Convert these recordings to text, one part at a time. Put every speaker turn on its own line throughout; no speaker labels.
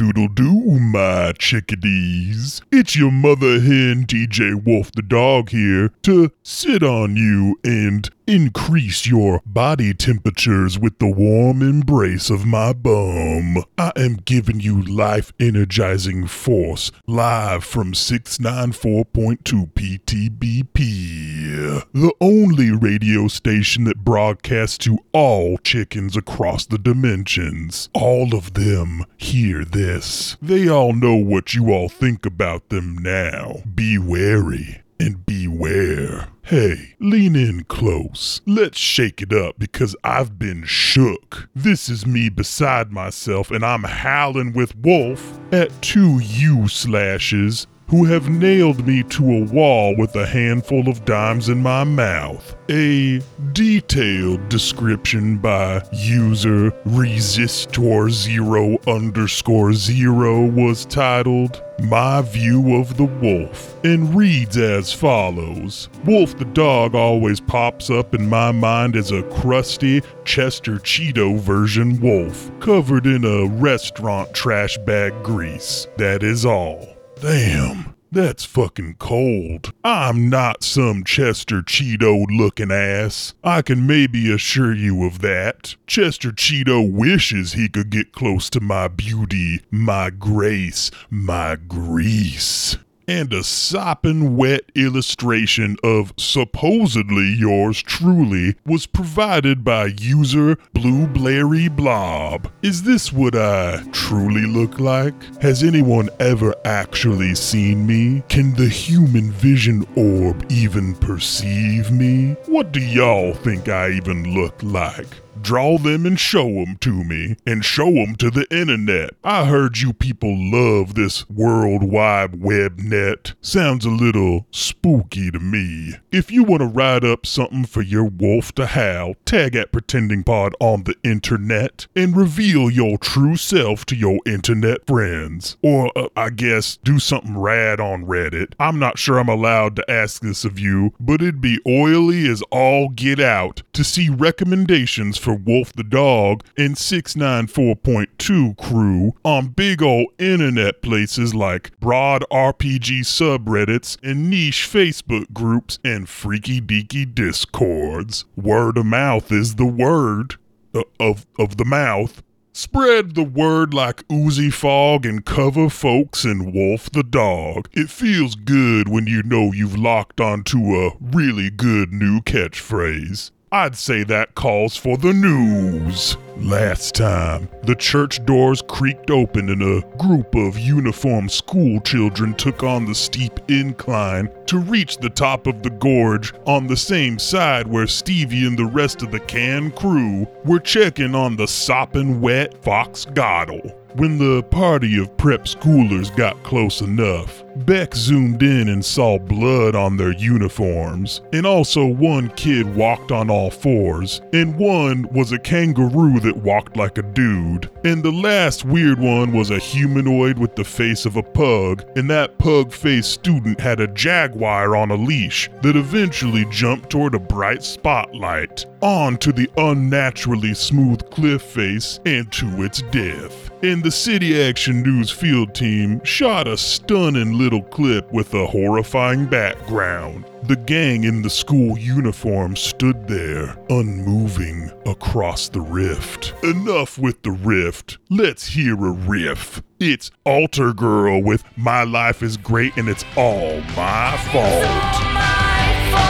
cock-a-doodle-doo, my chickadees. It's your mother hen, DJ Wolf the dog here, to sit on you and increase your body temperatures with the warm embrace of my bum. I am giving you life energizing force live from 694.2 PTBP, the only radio station that broadcasts to all chickens across the dimensions. All of them hear this. They all know what you all think about them now. Be wary and beware. Hey, lean in close. Let's shake it up because I've been shook. This is me beside myself, and I'm howling with Wolf at two U slashes who have nailed me to a wall with a handful of dimes in my mouth. A detailed description by user resistor0 underscore 0 was titled my View of the Wolf and reads as follows Wolf the dog always pops up in my mind as a crusty Chester Cheeto version wolf, covered in a restaurant trash bag grease. That is all. Damn. That's fucking cold. I'm not some Chester Cheeto looking ass. I can maybe assure you of that. Chester Cheeto wishes he could get close to my beauty, my grace, my grease. And a sopping wet illustration of supposedly yours truly was provided by user Blue Blairy Blob. Is this what I truly look like? Has anyone ever actually seen me? Can the human vision orb even perceive me? What do y'all think I even look like? Draw them and show 'em to me, and show 'em to the internet. I heard you people love this World Wide Web net. Sounds a little spooky to me. If you want to write up something for your wolf to howl, tag at Pretending Pod on the internet and reveal your true self to your internet friends. Or, uh, I guess, do something rad on Reddit. I'm not sure I'm allowed to ask this of you, but it'd be oily as all get out to see recommendations for Wolf the Dog and 694.2 crew on big ol' internet places like broad RPG subreddits and niche Facebook groups and freaky deaky discords. Word of mouth is the word uh, of of the mouth. Spread the word like oozy fog and cover folks and wolf the dog. It feels good when you know you've locked onto a really good new catchphrase. I'd say that calls for the news. Last time, the church doors creaked open and a group of uniformed school children took on the steep incline to reach the top of the gorge on the same side where Stevie and the rest of the can crew were checking on the sopping wet Fox Goddle. When the party of prep schoolers got close enough, Beck zoomed in and saw blood on their uniforms. And also, one kid walked on all fours, and one was a kangaroo that walked like a dude. And the last weird one was a humanoid with the face of a pug, and that pug faced student had a jaguar on a leash that eventually jumped toward a bright spotlight, on to the unnaturally smooth cliff face, and to its death. And the City Action News field team shot a stunning little clip with a horrifying background. The gang in the school uniform stood there, unmoving across the rift. Enough with the rift. Let's hear a riff. It's Alter Girl with My Life is Great and It's All My Fault.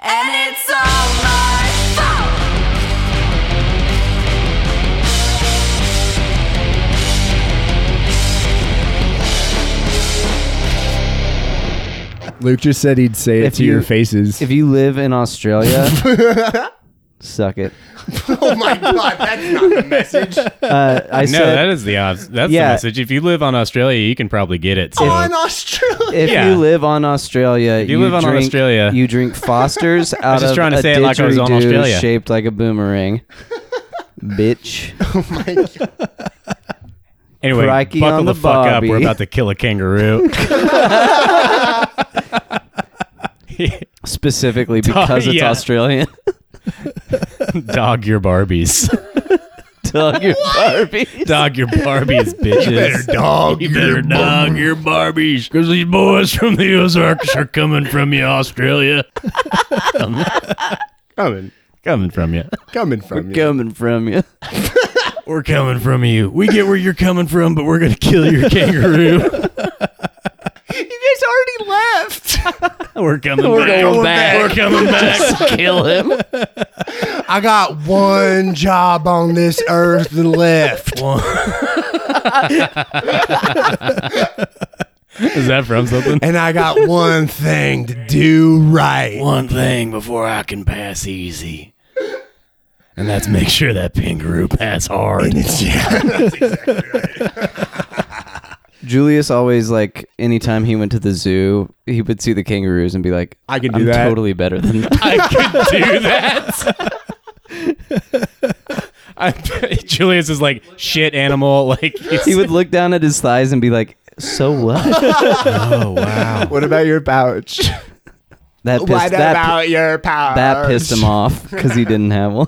And it's all my fault.
Luke just said he'd say it
If
to
you-
your faces.
If you live in Australia,
Suck it.
oh my god, that's not the message.
Uh, I
no,
said
that is the odds. That's
Yeah. Oh,
the message. If you live on Australia, you can probably get it. So.
On Australia.
if
yeah.
you live on Australia, you,
you live on
drink,
Australia.
you drink Foster's out
just
of
trying to
a
say it like I was on
didgeridoo
Australia.
shaped like a boomerang. Bitch.
anyway,
Crikey
buckle
on
the,
the
fuck up.
Bobby.
We're about to kill a kangaroo.
Specifically because it's
yeah.
Australian.
Dog your Barbies.
Tug your Barbies.
Dog your Barbies, bitches.
dog.
You better dog your Barbies, because these boys from the Ozarks are coming from you, Australia.
Coming,
Coming from you.
coming from you.
Coming from you.
We're coming from you. We get where you're coming from, but we're going to kill your kangaroo.
You guys already left.
We're coming
We're
back.
going back.
We're coming back.
Kill him.
I got one job on this earth left.
Is that from something?
And I got one thing to do right.
One thing before I can pass easy. And that's make sure that kangaroo pass hard.
Julius always like anytime he went to the zoo, he would see the kangaroos and be like,
I can do
I'm
that."
totally better than that."
I could do that. I, Julius is like shit animal. Like he's,
he would look down at his thighs and be like, "So what?
oh wow.
What about your pouch?
That pissed
What
that
about your pouch?
that pissed him off because he didn't have one."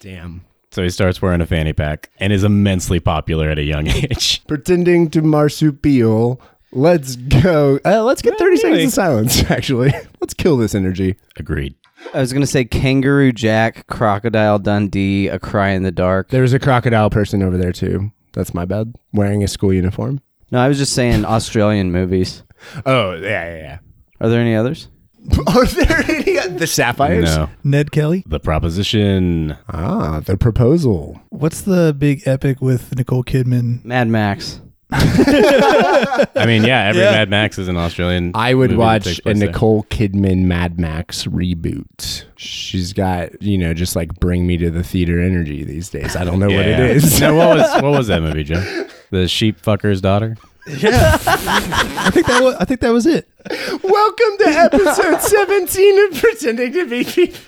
Damn. So he starts wearing a fanny pack and is immensely popular at a young age.
Pretending to marsupial. Let's go. Uh, let's get 30 seconds
Really?
of silence, actually. Let's kill this energy.
Agreed.
I was gonna say Kangaroo Jack, Crocodile Dundee, A Cry in the Dark.
There's a crocodile person over there, too. That's my bad. Wearing a school uniform.
No, I was just saying Australian movies.
Oh, yeah, yeah,
Are there any others?
yeah. Are there any. The sapphires?
No.
Ned Kelly.
The proposition.
Ah, the proposal.
What's the big epic with Nicole Kidman?
Mad Max.
I mean, yeah, every
Yeah.
Mad Max is an Australian.
I would
movie that
watch
takes
a
place there.
Nicole Kidman Mad Max reboot. She's got, you know, just like bring me to the theater energy these days. I don't know what
Yeah.
it is.
no, what was what was that movie, Joe? The sheep fucker's daughter.
I think that was, I think that was it.
Welcome to episode 17 of Pretending to Be People.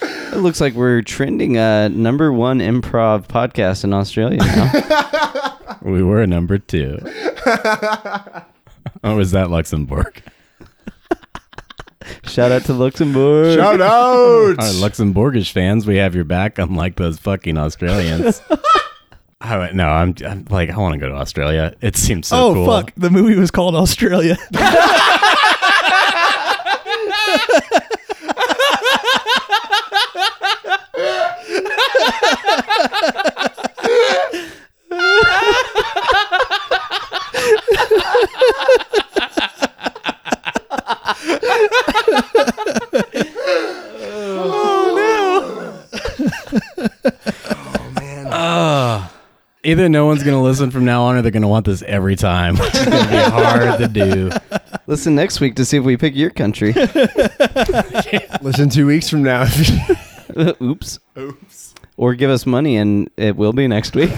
It looks like we're trending a number one improv podcast in Australia now.
We were number two. or was that Luxembourg?
Shout out to Luxembourg.
Shout out.
Our Luxembourgish fans, we have your back. Unlike those fucking Australians. I went, no, I'm, I'm like, I want to go to Australia. It seems so
oh
cool.
fuck! The movie was called Australia.
Either no one's going to listen from now on or they're going to want this every time, which is going to be hard to do.
Listen next week to see if we pick your country.
Listen two weeks from now.
Oops. Oops. Or give us money and it will be next week.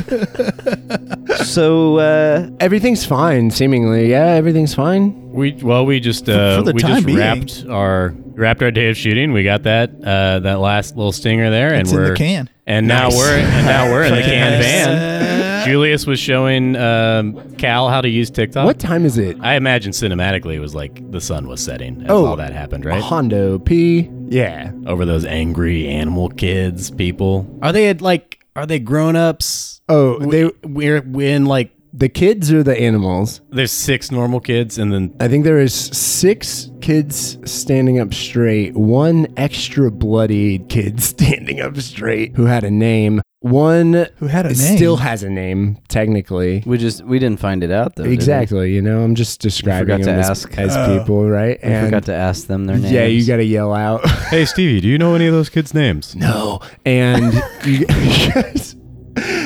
so, uh,
everything's fine, seemingly. Yeah, everything's fine.
We well, we just uh,
for the
we
time
just
being.
wrapped our wrapped our day of shooting. We got that uh, that last little stinger there, and
It's in
we're
the can.
And now we're and now we're in the can
Nice.
van. Julius was showing um, Cal how to use TikTok.
What time is it?
I imagine cinematically it was like the sun was setting as
Oh.
all that happened, right?
Hondo P. Yeah.
Over those angry animal kids, people. Are they like are they grown ups?
Oh, they
we're in like
the kids are the animals.
there's six normal kids and then
I think there is six kids standing up straight, one extra bloodied kid standing up straight who had a name. One
Who had a name?
still has a name, technically.
we just, we didn't find it out though. did we?
Exactly. You know, I'm just describing
forgot
them
to
as,
ask.
as
Oh.
people, right?
We forgot to ask them their names.
yeah, you got to yell out.
Hey Stevie, do you know any of those kids' names?
no. And you guys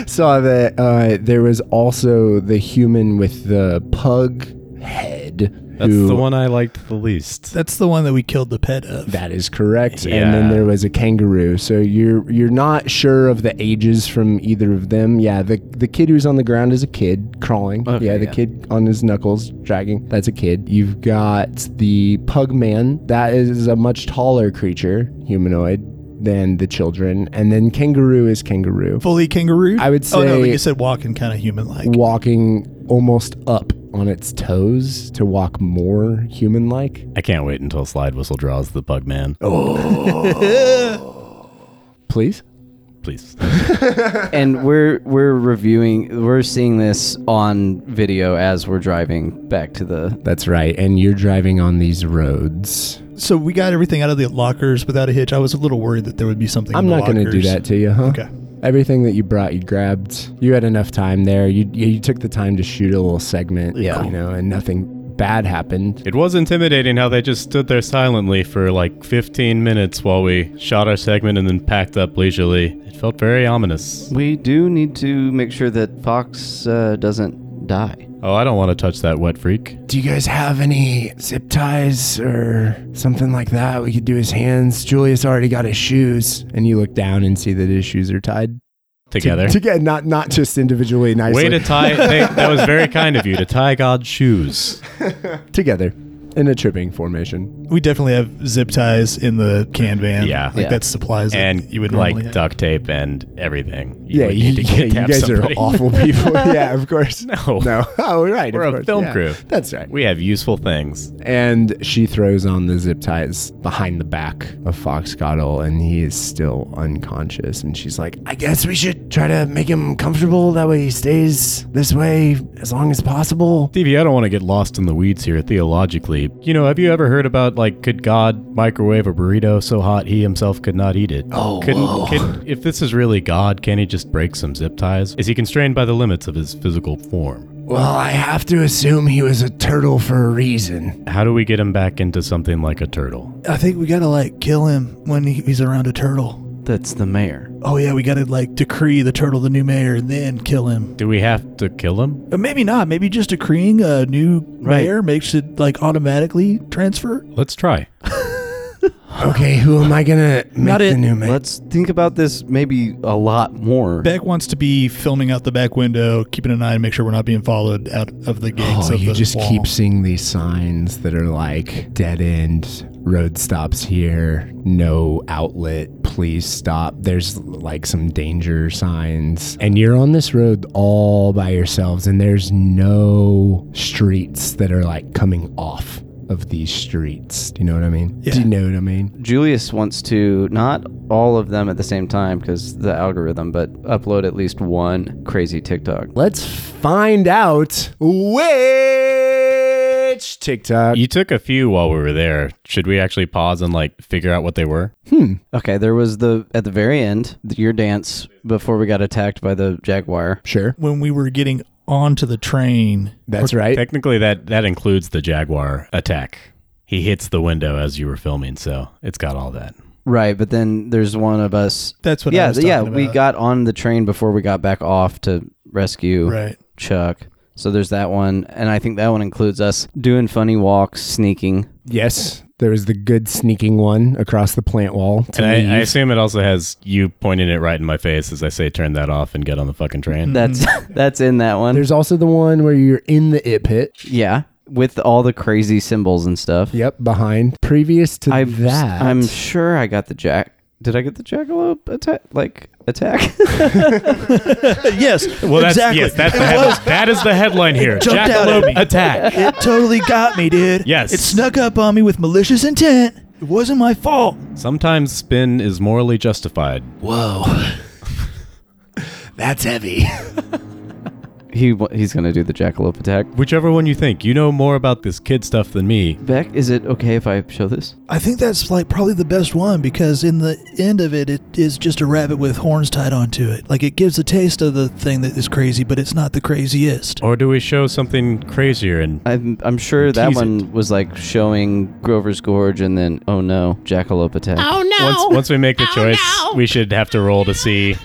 saw that uh, there was also the human with the pug head
That's
who-
the one I liked the least.
That's the one that we killed the pet of.
That is correct.
Yeah.
And then there was a kangaroo. So you're you're not sure of the ages from either of them. Yeah, the the kid who's on the ground is a kid crawling.
Okay,
yeah, the
yeah.
kid on his knuckles dragging. That's a kid. You've got the pug man. That is a much taller creature, humanoid than the children. And then kangaroo is kangaroo.
Fully kangaroo.
I would
Oh no, but
say-
you said walking kind of human like.
Walking almost up on its toes to walk more human like.
I can't wait until Slide Whistle draws the Bug Man.
Oh. Please.
Please.
and we're we're reviewing we're seeing this on video as we're driving back to the
That's right. And you're driving on these roads.
So we got everything out of the lockers without a hitch. I was a little worried that there would be something.
I'm
in the
not going to do
lockers.
that to you, huh?
Okay.
Everything that you brought, you grabbed. You had enough time there. You you, you took the time to shoot a little segment.
Yeah.
You know, and nothing bad happened.
It was intimidating how they just stood there silently for like 15 minutes while we shot our segment and then packed up leisurely. It felt very ominous.
we do need to make sure that fox uh, doesn't die
Oh, I don't want to touch that wet freak.
Do you guys have any zip ties or something like that? We could do his hands. Julius already got his shoes, and you look down and see that his shoes are tied
Together.
together. Not not just individually. Nicely
Way to tie. They, that was very kind of you to tie God's shoes.
together in a tripping formation.
We definitely have zip ties in the can van.
Yeah.
Like
Yeah.
that supplies that
And you would
normally
like
have.
duct tape and everything.
yeah,
would
you,
need to
yeah, you
kidnap
guys
somebody.
are awful people. yeah, of course.
No.
No. Oh, right.
We're
of
a
course,
film
yeah.
crew.
That's right.
We have useful things.
And she throws on the zip ties behind the back of Foxcottle, and he is still unconscious. And she's like, I guess we should try to make him comfortable. That way he stays this way as long as possible.
Stevie, I don't want to get lost in the weeds here theologically. You know, have you ever heard about like could God microwave a burrito so hot he himself could not eat it? Oh,
whoa.
could, if this is really God, can he just break some zip ties? Is he constrained by the limits of his physical form?
Well, I have to assume he was a turtle for a reason.
How do we get him back into something like a turtle?
I think we gotta like kill him when he, he's around a turtle.
that's the mayor
Oh yeah, we gotta like decree the turtle the new mayor and then kill him.
Do we have to kill him?
Or maybe not. Maybe just decreeing a new
Right.
mayor makes it like automatically transfer.
Let's try.
Okay, who am I gonna make
Not
the
it.
new man?
let's think about this maybe a lot more
Beck wants to be filming out the back window, keeping an eye and make sure we're not being followed out of the gates.
Oh,
of
you
the
just
wall.
keep seeing these signs that are like dead end, road stops here, no outlet, please stop. There's like some danger signs. And you're on this road all by yourselves, and there's no streets that are like coming off of these streets. Do you know what I mean? Do you know what I mean?
Julius wants to not all of them at the same time because the algorithm, but upload at least one crazy TikTok.
Let's find out which TikTok.
You took a few while we were there. Should we actually pause and like figure out what they were?
Okay, there was the at the very end th- your dance before we got attacked by the jaguar.
Sure.
when we were getting onto the train.
That's right.
Technically, that that includes the jaguar attack. He hits the window as you were filming, so it's got all that.
Right, but then there's one of us.
That's what I
yeah,
was
th- yeah.
talking
We
about.
got on the train before we got back off to rescue
Right.
Chuck. So there's that one, and I think that one includes us doing funny walks, sneaking.
Yes, there was the good sneaking one across the plant wall. To
And I, I
leave.
assume it also has you pointing it right in my face as I say, turn that off and get on the fucking train.
That's
Mm-hmm.
that's in that one.
There's also the one where you're in the it pit.
yeah, with all the crazy symbols and stuff.
Yep, behind. Previous to
I'm,
that,
I'm sure I got the jack. Did I get the jackalope attack? Like attack?
yes.
well, that's
exactly.
yes, that's the headline. that is the headline here.
jumped out at
Jackalope
me.
attack.
it totally got me, dude.
Yes.
It snuck up on me with malicious intent. It wasn't my fault.
Sometimes spin is morally justified.
Whoa, that's heavy.
he wa- he's gonna do the jackalope attack.
Whichever one you think, you know more about this kid stuff than me.
Beck, is it okay if I show this?
I think that's like probably the best one because in the end of it, it is just a rabbit with horns tied onto it. Like it gives a taste of the thing that is crazy, but it's not the craziest.
Or do we show something crazier? And
I'm I'm sure that
Tease
one was like showing Grover's Gorge and then oh no, jackalope attack.
once once we make the
Oh,
choice, we should have to roll to see.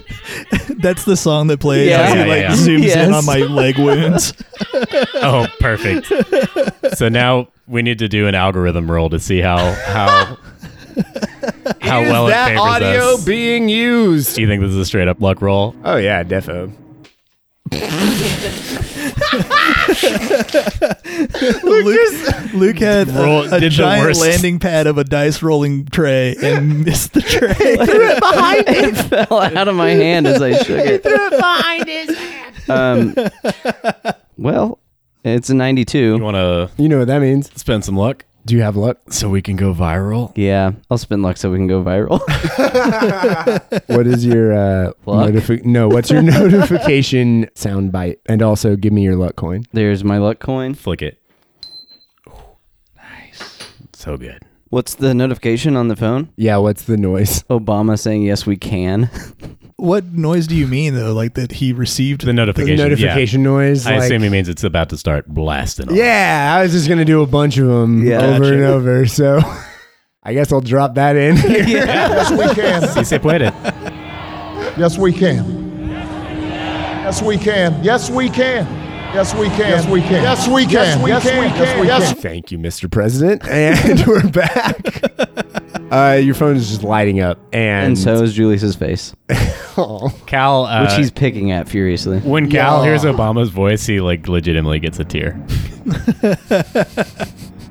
That's the song that plays
Yeah.
as he
Yeah, yeah,
like
yeah.
zooms in
Yes.
on my leg wounds.
Oh, perfect. so now we need to do an algorithm roll to see how how how well
Is that
it favors
audio
us.
being used?
do you think this is a straight up luck roll?
Oh yeah, defo.
Luke, Luke had a-
Roll-
a,
did the
giant
worst.
landing pad of a dice rolling tray and missed the tray.
it fell out of my hand as I shook it. behind his hand. Um, well, it's a
You
92.
want to
You know what that means?
spend some luck
Do you have luck?
so we can go viral?
Yeah, I'll spin luck so we can go viral.
What is your uh,
Luck?
notifi- No, what's your notification soundbite? And also, give me your luck coin.
There's my luck coin.
Flick it. nice. So good.
What's the notification on the phone?
Yeah, what's the noise?
Obama saying, yes, we can.
what noise do you mean though? Like that he received
The notification. yeah.
notification noise.
I
like-
assume he means it's about to start blasting. off.
Yeah, I was just gonna do a bunch of them
Yeah.
over
Gotcha.
and over. So, I guess I'll drop that in. here.
Yes, we can.
Si se puede.
Yes, we can. Yes, we can. Yes, we can. Yes, we can. Yes, we can. Yes, we can. Yes, we can. Yes, we can.
Thank you, Mr. President, and we're back. Uh, your phone is just lighting up, and,
And so is Julius's face,
Aw.
Cal, uh,
which he's picking at furiously.
when Cal
Yeah.
hears Obama's voice, he like legitimately gets a tear.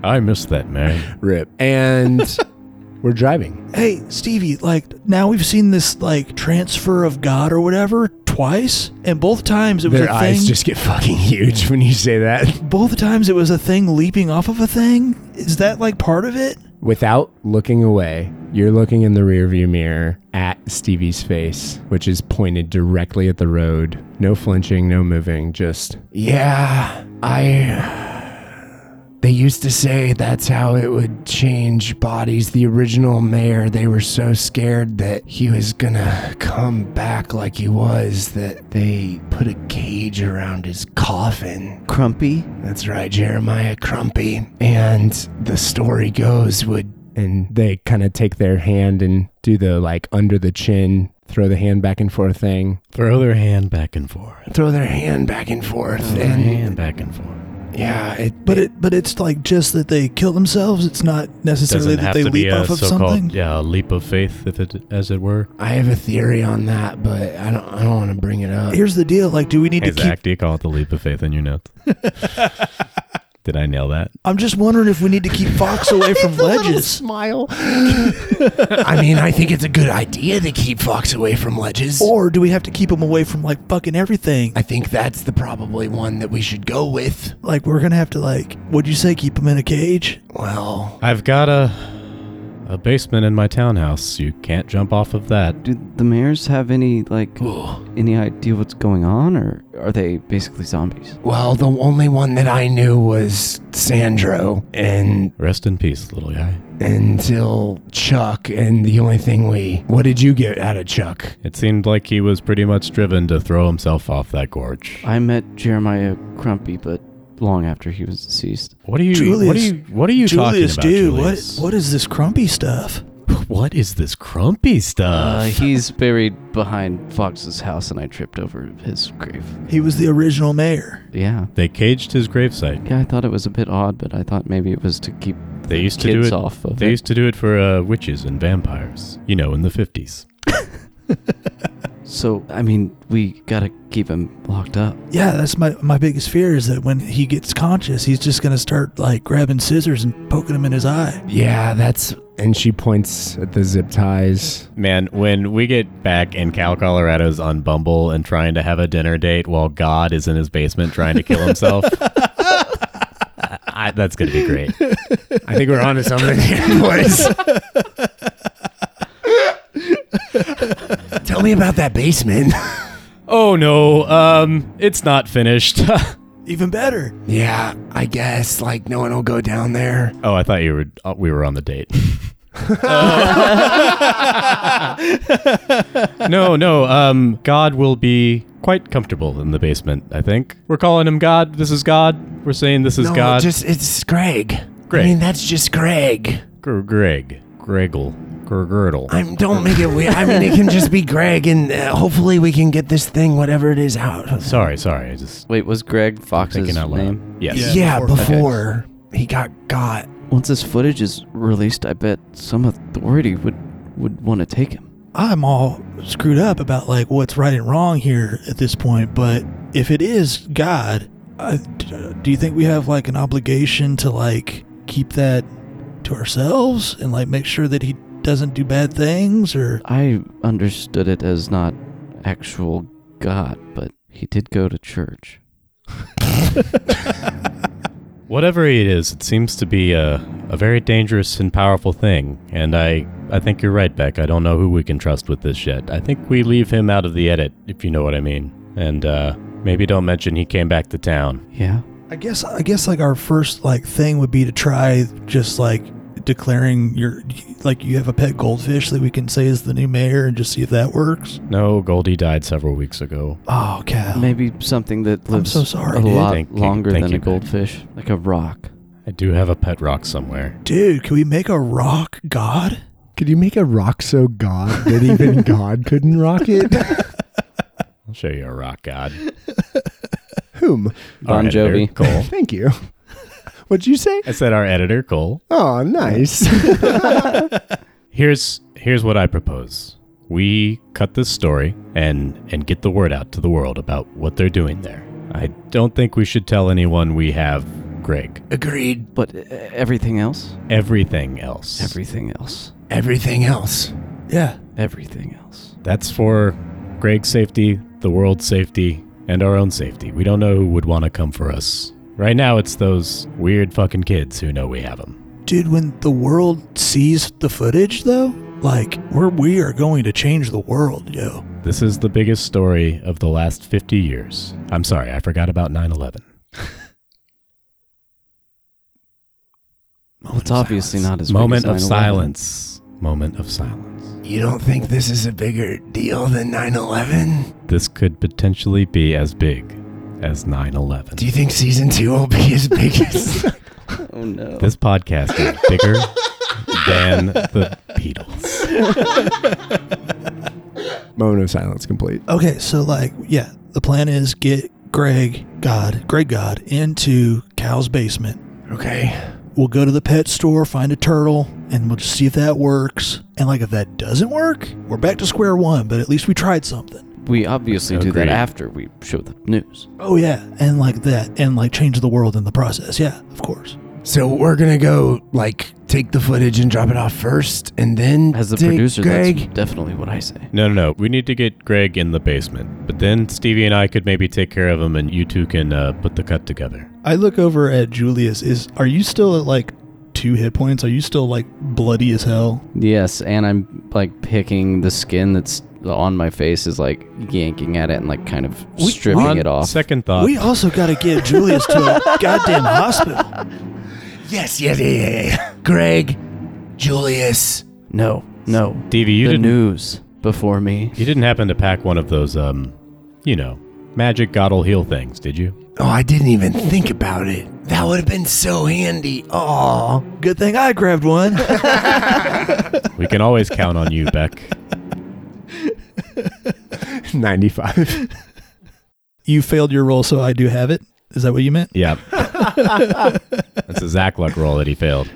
I miss that man.
rip, and we're driving.
Hey, Stevie, like now we've seen this like transfer of God or whatever twice, and both times it was
Their
a thing.
eyes just get fucking huge when you say that.
both times it was a thing leaping off of a thing. Is that like part of it?
Without looking away, you're looking in the rearview mirror at Stevie's face, which is pointed directly at the road. No flinching, no moving, just, yeah, I. They used to say that's how it would change bodies. The original mayor, they were so scared that he was gonna come back like he was that they put a cage around his coffin
Crumpy?
that's right, Jeremiah Crumpy. And the story goes would and they kind of take their hand and do the like under the chin, throw the hand back and forth thing,
Throw their hand back and forth.
throw their hand back and forth, and
Hand back and forth.
yeah, it
But it, but it's like just that they kill themselves. It's not necessarily that they leap off of something.
yeah, leap of faith, if it as it were.
I have a theory on that, but I don't I don't want to bring it up.
Here's the deal: like, do we need
Hey,
to keep?
Zach, do you call it the leap of faith in your notes? Did I nail that?
I'm just wondering if we need to keep Fox away from ledges,
Smile. I mean, I think it's a good idea to keep Fox away from ledges.
or do we have to keep him away from like fucking everything?
I think that's the probably one that we should go with.
Like, we're gonna have to like, what'd you say? Keep him in a cage?
Well,
I've got a a basement in my townhouse. You can't jump off of that.
Do the mayors have any, like, any idea what's going on, or are they basically zombies?
Well, the only one that I knew was Sandro and
Rest in peace, little guy.
until Chuck and the only thing we What did you get out of Chuck?
It seemed like he was pretty much driven to throw himself off that gorge.
I met Jeremiah Crumpy, but long after he was deceased.
What are you? what are
Julius-
you? What are you talking
Julius,
about,
dude,
Julius?
what what is this crumpy stuff?
what is this crumpy
Uh,
stuff?
he's buried behind Fox's house, and I tripped over his grave.
He was the original mayor.
Yeah.
they caged his gravesite.
Yeah, I thought it was a bit odd, but I thought maybe it was to keep
They used to do
kids
it.
off of
They
it.
used to do it for uh, witches and vampires. You know, in the fifties.
So, I mean, we gotta keep him locked up.
Yeah, that's my my biggest fear is that when he gets conscious, he's just gonna start like grabbing scissors and poking him in his eye.
Yeah, that's and she points at the zip ties.
Man, when we get back and Cal Colorado's on Bumble and trying to have a dinner date while God is in his basement trying to kill himself, I, that's going to be great.
I think we're onto something here, boys. Tell me about that basement.
Oh no, um, it's not finished. oh,
Even better.
yeah, I guess like no one will go down there.
I thought you were uh, we were on the date. no, no, um, God will be quite comfortable in the basement. I think we're calling him God. This is God. We're saying this is
no,
God.
just it's Greg.
Greg.
I mean, that's just Greg.
Gr- Greg, Greggle, Gurgirdle.
I'm don't make it weird. I mean, it can just be Greg, and uh, hopefully we can get this thing, whatever it is, out.
Sorry, sorry. I just
Wait, was Greg Fox's
thinking out loud.
name?
Yes.
Yeah, before. He got got.
Once this footage is released, I bet some authority would would want to take him.
I'm all screwed up about like what's right and wrong here at this point, but if it is God, I, do you think we have like an obligation to like keep that to ourselves and like make sure that he doesn't do bad things or
I understood it as not actual God, but he did go to church.
Whatever it is, it seems to be a, a very dangerous and powerful thing. And I, I think you're right, Beck. I don't know who we can trust with this shit. I think we leave him out of the edit, if you know what I mean. And uh, maybe don't mention he came back to town.
Yeah.
I guess I guess like our first like thing would be to try just like declaring your like you have a pet goldfish that we can say is the new mayor and just see if that works.
No, Goldie died several weeks ago.
Oh, Cal.
Maybe something that lives
so sorry,
a
dude.
lot
Thank you-
longer
thank
than
you,
a
man.
goldfish, like a rock.
I do have a pet rock somewhere.
Dude, can we make a rock god?
Could you make a rock so god that even God couldn't rock it?
I'll show you a rock god.
Whom?
Our
Bon
editor,
Jovi.
Cole.
Thank you. What'd you say?
I said our editor, Cole.
Oh, nice.
Here's here's what I propose. We cut this story and and get the word out to the world about what they're doing there. I don't think we should tell anyone we have Greg.
Agreed.
But uh, everything else?
Everything else.
Everything else.
Everything else.
Yeah.
Everything else.
That's for Greg's safety, the world's safety, and our own safety. We don't know who would want to come for us. Right now, it's those weird fucking kids who know we have them.
Dude, when the world sees the footage though, like we're we are going to change the world, yo.
This is the biggest story of the last 50 years. I'm sorry, I forgot about 9 11.
Well, it's obviously not as big
Moment of
as 9/11.
silence. Moment of silence.
You don't think this is a bigger deal than 9 11?
This could potentially be as big as 9 11.
Do you think season two will be as big as.
Oh no.
This podcast is bigger than the Beatles.
Moment of silence complete.
Okay, so like yeah, the plan is get Greg God, Greg God into Cal's basement.
Okay.
We'll go to the pet store, find a turtle, and we'll just see if that works. And like if that doesn't work, we're back to square one, but at least we tried something.
we obviously do that
Agreed.
after we show the news.
Oh yeah, and like that and like change the world in the process. Yeah, of course.
So we're going to go, like, take the footage and drop it off first, and then.
As the
take
producer,
Greg.
that's definitely what I say.
No, no, no. We need to get Greg in the basement. But then Stevie and I could maybe take care of him, and you two can uh, put the cut together.
I look over at Julius. Is are you still at like two hit points? Are you still like bloody as hell?
Yes, and I'm like picking the skin that's on my face is like yanking at it and like kind of stripping
On
it off.
Second thought.
we also got to get Julius to a goddamn hospital.
Yes, yes, yeah, yeah, yeah. Greg, Julius.
no, no.
Stevie, you
the
didn't.
news before me.
You didn't happen to pack one of those, um, you know, magic god'll heal things, did you?
Oh, I didn't even think about it. That would have been so handy. Oh.
Good thing I grabbed one.
We can always count on you, Beck.
95.
you failed your roll, so I do have it. Is that what you meant?
Yeah. That's a Zach Luck roll that he failed.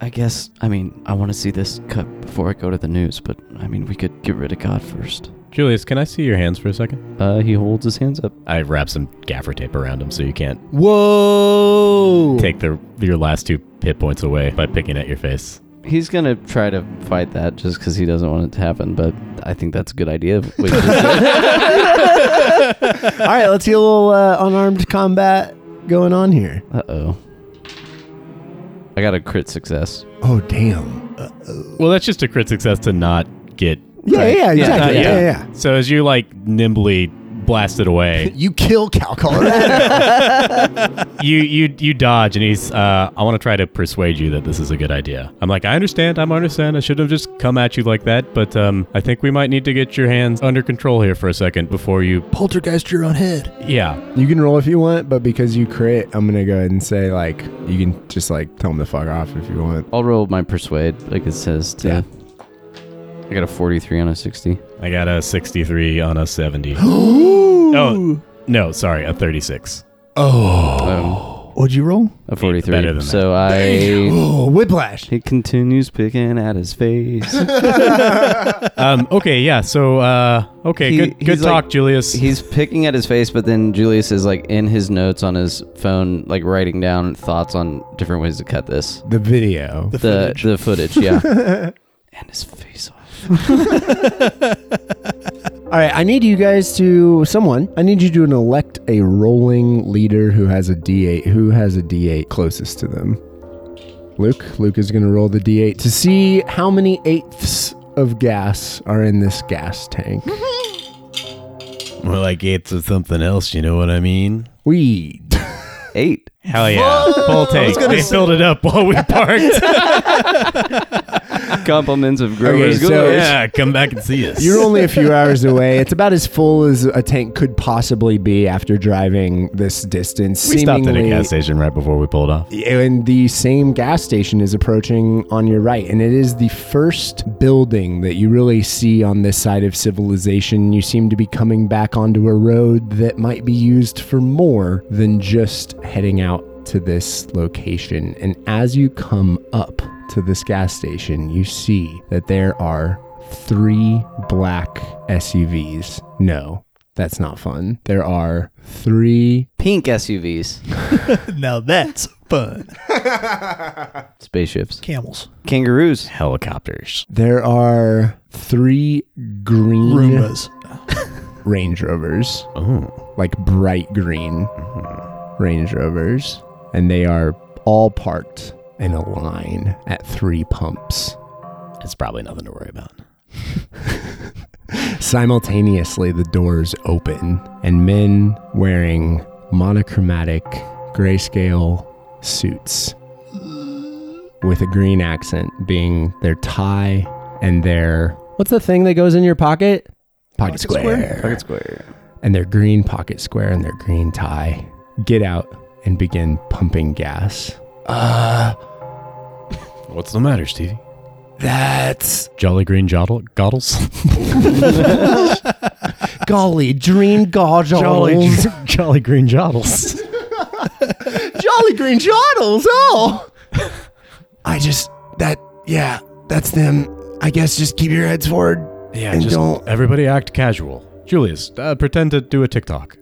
I guess I mean I want to see this cut before I go to the news, but I mean we could get rid of God first.
Julius, can I see your hands for a second?
Uh, he holds his hands up.
I wrap some gaffer tape around them so you can't
Whoa.
take the, your last two hit points away by picking at your face.
He's gonna try to fight that just because he doesn't want it to happen, but I think that's a good idea. What you just said.
All right, let's get a little uh, unarmed combat going on here.
Uh oh. I got a crit success.
Oh, damn.
Well, that's just a crit success to not get.
Yeah, yeah, exactly.
Uh,
Yeah, yeah.
So as you like nimbly blasted away,
You kill Cal Colorado.
you you you dodge, and he's. Uh, I want to try to persuade you that this is a good idea. I'm like, I understand. I'm understand. I should have just come at you like that, but um, I think we might need to get your hands under control here for a second before you.
Poltergeist your own head.
Yeah,
you can roll if you want, but because you crit, I'm going to go ahead and say, like, you can just, like, tell him to fuck off if you want.
I'll roll my persuade, like it says. To,
Yeah.
I got a 43 on a 60.
I got a 63 on a 70. oh no, sorry, a 36.
Um,
What'd you roll?
A 43.
Better than that.
so I.
Oh, whiplash.
He continues picking at his face.
Um, okay, yeah. So, uh, okay,
He-
good, good
he's
talk,
like-
Julius.
He's picking at his face, but then Julius is like in his notes on his phone, like writing down thoughts on different ways to cut this.
The video.
The the footage, yeah. and his face off.
All right, I need you guys to someone. I need you to elect a rolling leader who has a D8 who has a D8 closest to them. Luke, Luke is going to roll the D8 to see how many eighths of gas are in this gas tank.
More like eights of something else, you know what I mean?
Weed.
Eight.
Hell yeah. Full tank. They filled it up while we parked.
Compliments of growers.
Okay, so-
good.
yeah, come back and see us.
You're only a few hours away. It's about as full as a tank could possibly be after driving this distance.
we stopped at a
seemingly-
gas station right before we pulled off.
and the same gas station is approaching on your right and it is the first building that you really see on this side of civilization you seem to be coming back onto a road that might be used for more than just heading out to this location and as you come up to this gas station you see that there are three black SUVs no that's not fun there are three
Pink SUVs.
Now that's fun.
Spaceships.
Camels.
Kangaroos.
Helicopters.
There are three green
Roombas.
Range Rovers,
Oh, Mm-hmm.
like bright green Range Rovers, and they are all parked in a line at three pumps.
it's probably nothing to worry about.
Simultaneously, the doors open, and men wearing monochromatic grayscale suits with a green accent being their tie and their what's the thing that goes in your pocket? Pocket, square. Pocket
square.
And their green pocket square and their green tie get out and begin pumping gas. Uh,
What's the matter, Stevie?
that's
Jolly green jottle, goddles?
golly, green goggles.
jolly green jottles.
Jolly Green Jottles. Oh, I just that yeah, that's them. I guess just keep your heads forward.
Yeah,
And
just
don't-
everybody act casual. Julius, uh, pretend to do a TikTok.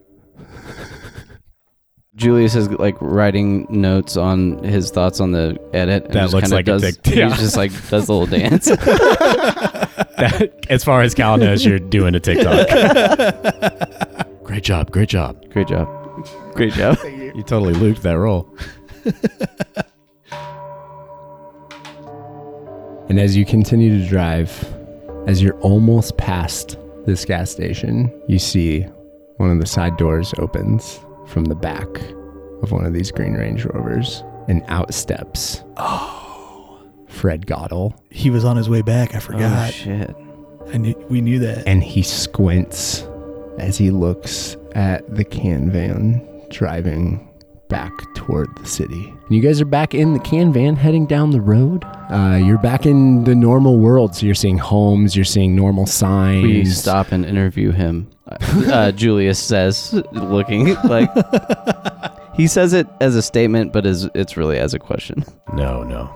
Julius is like writing notes on his thoughts on the edit. And
That
just
looks
kinda
like a
does,
dick- yeah.
He just like does the little dance.
That, as far as Cal knows, you're doing a TikTok. great job, great job.
Great job. Great job.
You totally looped that role.
And as you continue to drive, as you're almost past this gas station, you see one of the side doors opens from the back of one of these Green Range Rovers, and out steps. Oh. Fred Goddle,
He was on his way back. I
Oh
forgot.
shit.
I knew, we knew that.
and he squints as he looks at the can van driving back toward the city. And you guys are back in the can van heading down the road. Uh, you're back in the normal world, so you're seeing homes, you're seeing normal signs.
We stop and interview him. Uh, Julius says, looking like he says it as a statement, but is it's really as a question.
No, no.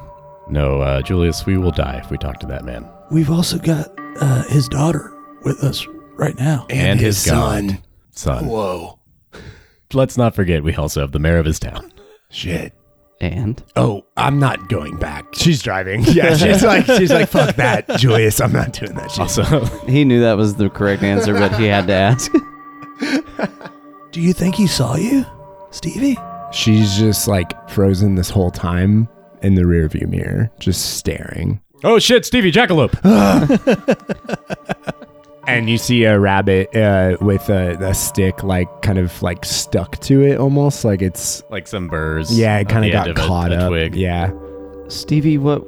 No, uh, Julius, we will die if we talk to that man.
We've also got uh, his daughter with us right now.
And, his, son. Son. Whoa. Let's not forget we also have the mayor of his town.
Shit.
And
Oh, I'm not going back. She's driving. Yeah, she's like, she's like, fuck that, Julius. I'm not doing that shit.
Also,
he knew that was the correct answer, but he had to ask.
Do you think he saw you, Stevie?
She's just like frozen this whole time in the rearview mirror, just staring.
oh shit, Stevie Jackalope.
and you see a rabbit uh, with a, a stick like kind of like stuck to it almost like it's
like some burrs.
yeah it
on
kind
the
of got
end a-
caught
a
up
twig.
yeah
Stevie, what?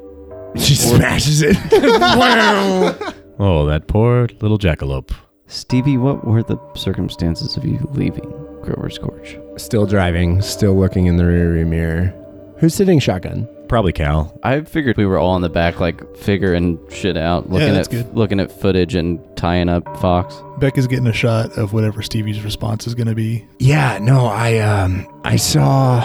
she smashes it
Oh, that poor little jackalope.
Stevie, what were the circumstances of you leaving Grover's Gorge?
still driving still looking in the rearview mirror who's sitting shotgun
Probably Cal.
I figured we were all in the back, like figuring shit out, looking
that's
at
good.
looking at footage and tying up Fox.
Becca's getting a shot of whatever Stevie's response is going to be.
yeah no i um i saw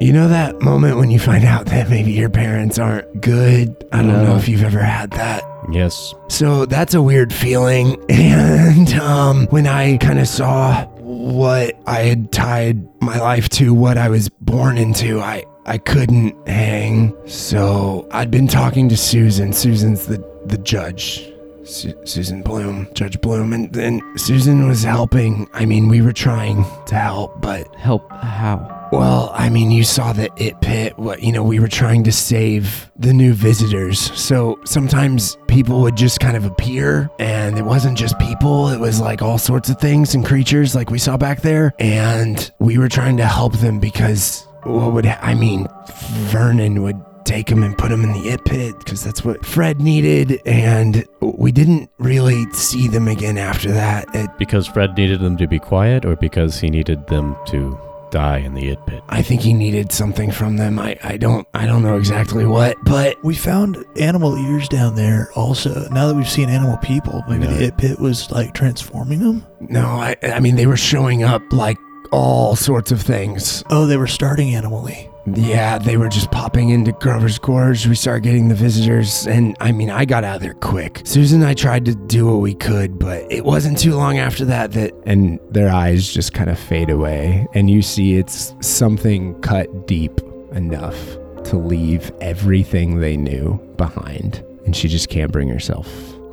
You know that moment when you find out that maybe your parents aren't good? I don't
No.
know if you've ever had that.
Yes.
So that's a weird feeling. And um, when I kind of saw what I had tied my life to, what I was born into, I, I couldn't hang. So I'd been talking to Susan. Susan's the, the judge. Su- Susan Bloom, Judge Bloom, and, and Susan was helping. I mean, we were trying to help, but
Help how?
well, I mean, you saw the it pit. What you know, we were trying to save the new visitors. So sometimes people would just kind of appear, and it wasn't just people. It was like all sorts of things and creatures, like we saw back there. And we were trying to help them because what would ha- I mean? Vernon would take him and put him in the it pit because that's what Fred needed, and we didn't really see them again after that. It,
Because Fred needed them to be quiet or because he needed them to die in the it pit?
I think he needed something from them. I, I don't I don't know exactly what, but
We found animal ears down there also. Now that we've seen animal people, maybe
Yeah.
the it pit was like transforming them.
no, I I mean they were showing up like all sorts of things.
Oh, they were starting animally.
Yeah, they were just popping into Grover's Gorge. We started getting the visitors, and I mean, I got out of there quick. Susan and I tried to do what we could, but it wasn't too long after that that. And their eyes just kind of fade away, and you see it's something cut deep enough to leave everything they knew behind. And she just can't bring herself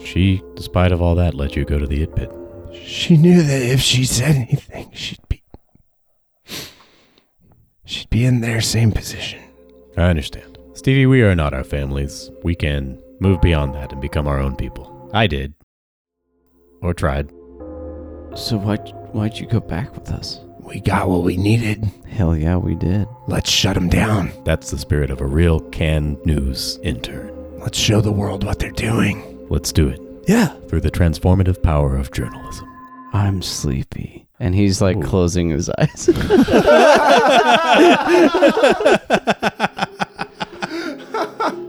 She, despite of all that, let you go to the it pit.
She knew that if she said anything, she'd be she'd be in their same position.
I understand. Stevie, we are not our families. We can move beyond that and become our own people. I did. Or tried.
So why why'd you go back with us?
We got what we needed.
Hell yeah, we did.
Let's shut them down.
That's the spirit of a real can news intern.
Let's show the world what they're doing.
Let's do it
Yeah.
through the transformative power of journalism.
I'm sleepy. And he's like closing his eyes.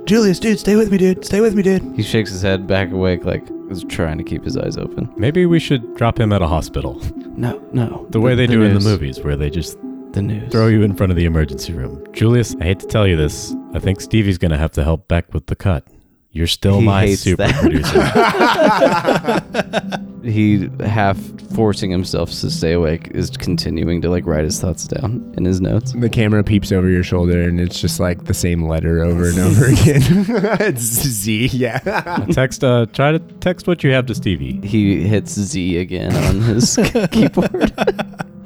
Julius, dude, stay with me, dude. Stay with me, dude.
he shakes his head back awake like he's trying to keep his eyes open.
Maybe we should drop him at a hospital.
No, no.
The way they do in
news.
the movies, where they just
The news.
throw you in front of the emergency room. Julius, I hate to tell you this. I think Stevie's going to have to help Beck with the cut. You're still
He
my
hates
super
that.
producer.
he half forcing himself to stay awake is continuing to like write his thoughts down in his notes.
The camera peeps over your shoulder, and it's just like the same letter over and over again. it's Z, yeah.
text, uh, try to text what you have to Stevie.
He hits Z again on his keyboard.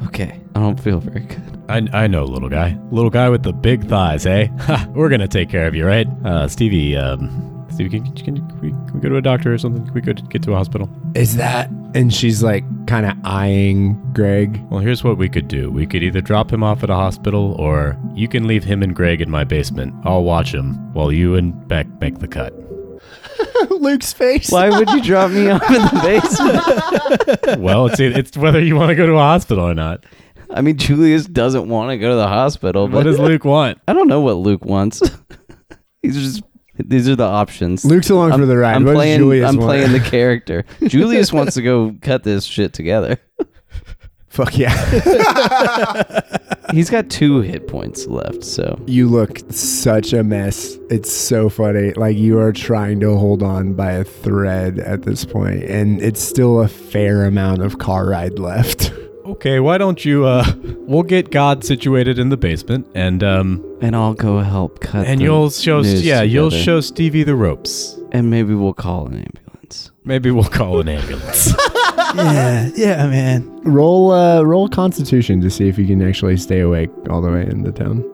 okay, I don't feel very good.
I, I know, little guy. Little guy with the big thighs, eh? Ha, we're going to take care of you, right? Uh, Stevie, um, Stevie, can, can, can, we, can we go to a doctor or something? Can we go to, get to a hospital?
Is that? And she's like kind of eyeing Greg.
Well, here's what we could do. We could either drop him off at a hospital, or you can leave him and Greg in my basement. I'll watch him while you and Beck make the cut.
Luke's face.
Why would you drop me off in the basement?
well, it's it's whether you want to go to a hospital or not.
I mean, Julius doesn't want to go to the hospital,
What
but
does Luke want?
I don't know what Luke wants. He's just these are the options.
Luke's along for the ride.
I'm
What does
playing.
Julius
I'm
want?
playing the character. Julius wants to go cut this shit together.
Fuck yeah.
He's got two hit points left, so
You look such a mess. It's so funny. Like you are trying to hold on by a thread at this point, and it's still a fair amount of car ride left.
Okay, why don't you? uh We'll get God situated in the basement, and um,
and I'll go help cut.
and
the
you'll show,
news
yeah, you'll
together.
show Stevie the ropes.
and maybe we'll call an ambulance.
Maybe we'll call an ambulance.
Yeah. Yeah, man.
Roll, uh, roll Constitution to see if you can actually stay awake all the way into town.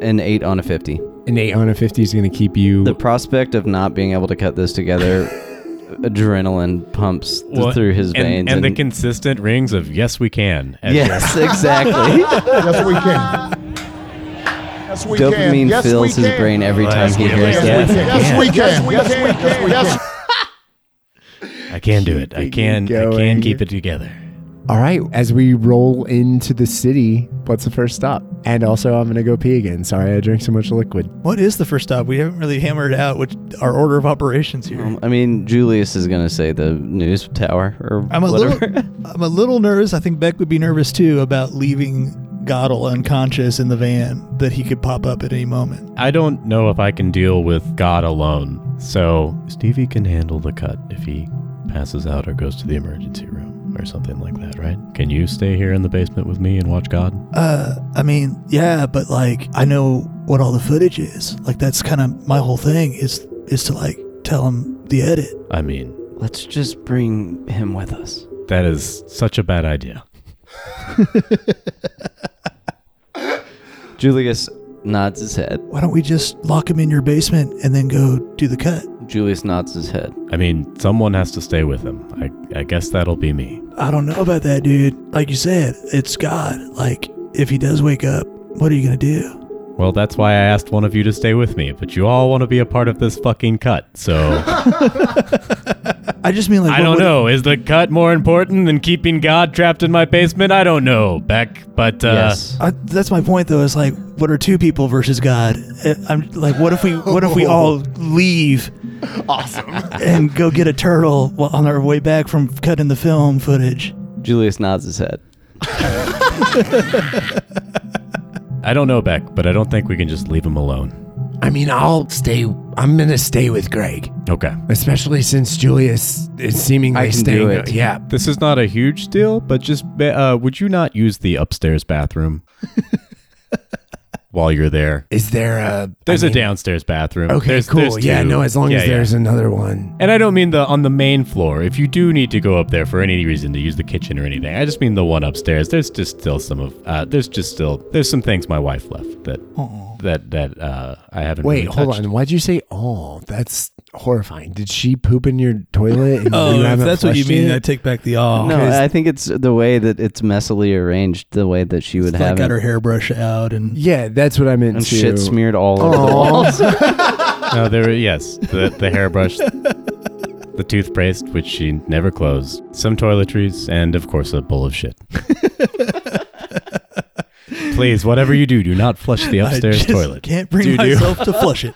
An eight on a fifty.
An eight on a fifty is going to keep you.
The prospect of not being able to cut this together, adrenaline pumps th-
Well,
through his
and,
veins.
and, the consistent rings of yes, we can. as
yes, exactly.
Yes, we can. Yes, we
Dopamine
can. Yes, we
fills his
can.
brain every time he hears
Yes,
that.
we can. Yes, we can. Yes, we can. Yes,
I can do it. I can. I
going.
can keep it together.
all right, as we roll into the city, what's the first stop? And also, I'm going to go pee again. Sorry, I drank so much liquid.
What is the first stop? We haven't really hammered out what our order of operations here.
Um, I mean, Julius is gonna say the news tower or
I'm a
whatever.
little I'm a little nervous. I think Beck would be nervous too about leaving Godel unconscious in the van that he could pop up at any moment.
I don't know if I can deal with God alone. So Stevie can handle the cut if he passes out or goes to the emergency room or something like that, right? Can you stay here in the basement with me and watch God?
Uh, I mean, yeah, but like I know what all the footage is. Like that's kind of my whole thing is is to like tell him the edit.
I mean,
Let's just bring him with us.
that is such a bad idea.
Julius nods his head.
Why don't we just lock him in your basement and then go do the cut?
Julius nods his head.
I mean, someone has to stay with him. I, I guess that'll be me.
I don't know about that, dude. Like you said, it's God. Like if he does wake up, what are you gonna do?
Well, that's why I asked one of you to stay with me, but you all want to be a part of this fucking cut, so.
I just mean like
I
what
don't
would-
know. Is the cut more important than keeping God trapped in my basement? I don't know, Beck. But uh,
yes.
I, that's my point, though. Is like, what are two people versus God? Uh, I'm like, what if we, what if we all leave? Awesome. And go get a turtle while on our way back from cutting the film footage.
Julius nods his head.
I don't know, Beck. But I don't think we can just leave him alone.
I mean, I'll stay. I'm gonna stay with Greg,
Okay.
especially since Julius is seemingly
I can
staying.
do it.
Yeah,
This is not a huge deal, but just uh, would you not use the upstairs bathroom while you're there?
is there a?
There's
I mean-
a downstairs bathroom.
Okay,
There's-
cool.
there's
yeah,
two.
no, as long
Yeah,
as
yeah.
there's another one.
And I don't mean the on the main floor. If you do need to go up there for any reason to use the kitchen or anything, I just mean the one upstairs. There's just still some of uh, there's just still there's some things my wife left that that that uh, I haven't.
Wait,
really
hold
touched.
on. Why'd you say all? That's horrifying. Did she poop in your toilet? And
Oh,
you haven't flushed it?
take back the all.
No, I think it's the way that it's messily arranged, the way that she would have
got
it.
her hairbrush out and
yeah, that's what I meant
and
too.
shit smeared all over the
Aw.
walls.
No, there. Yes, the the hairbrush, the toothpaste, which she never closed, some toiletries, and of course a bowl of shit. Please, whatever you do, do not flush the upstairs
I just
toilet.
Can't bring
Do you?
myself to flush it.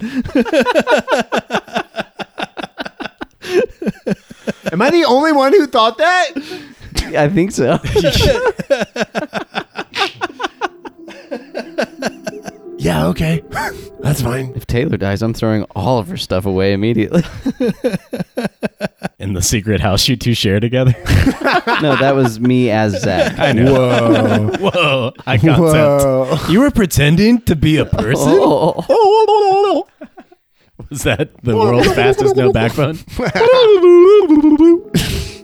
Am I the only one who thought that?
I think so.
Yeah, okay. that's fine.
if Taylor dies, I'm throwing all of her stuff away immediately.
In the secret house you two share together.
no, that was me as Zach.
I know.
Whoa.
Whoa, I concept.
Whoa.
You were pretending to be a person.
Oh,
Was that the world's fastest no backbone?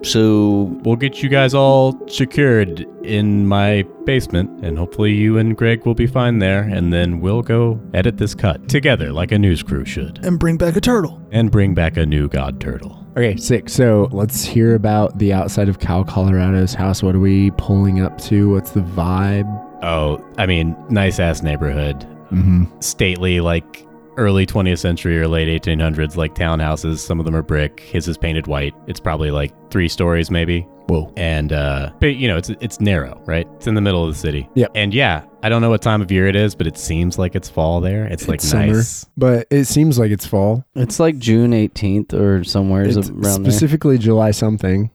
so
We'll get you guys all secured in my basement, and hopefully, you and Greg will be fine there. And then we'll go edit this cut together like a news crew should,
And bring back a turtle.
and bring back a new god turtle.
Okay, sick. So let's hear about the outside of Cal Colorado's house. What are we pulling up to? What's the vibe?
Oh, I mean, nice ass neighborhood,
Mm-hmm.
stately, like early 20th century or late 1800s, like townhouses. Some of them are brick. His is painted white. It's probably like three stories, maybe.
Whoa.
and uh but you know it's it's narrow right it's in the middle of the city
Yep.
and yeah i don't know what time of year it is but it seems like it's fall there it's, like nice
but it seems like it's fall.
it's like June 18th or somewhere
It's
around there.
specifically July something.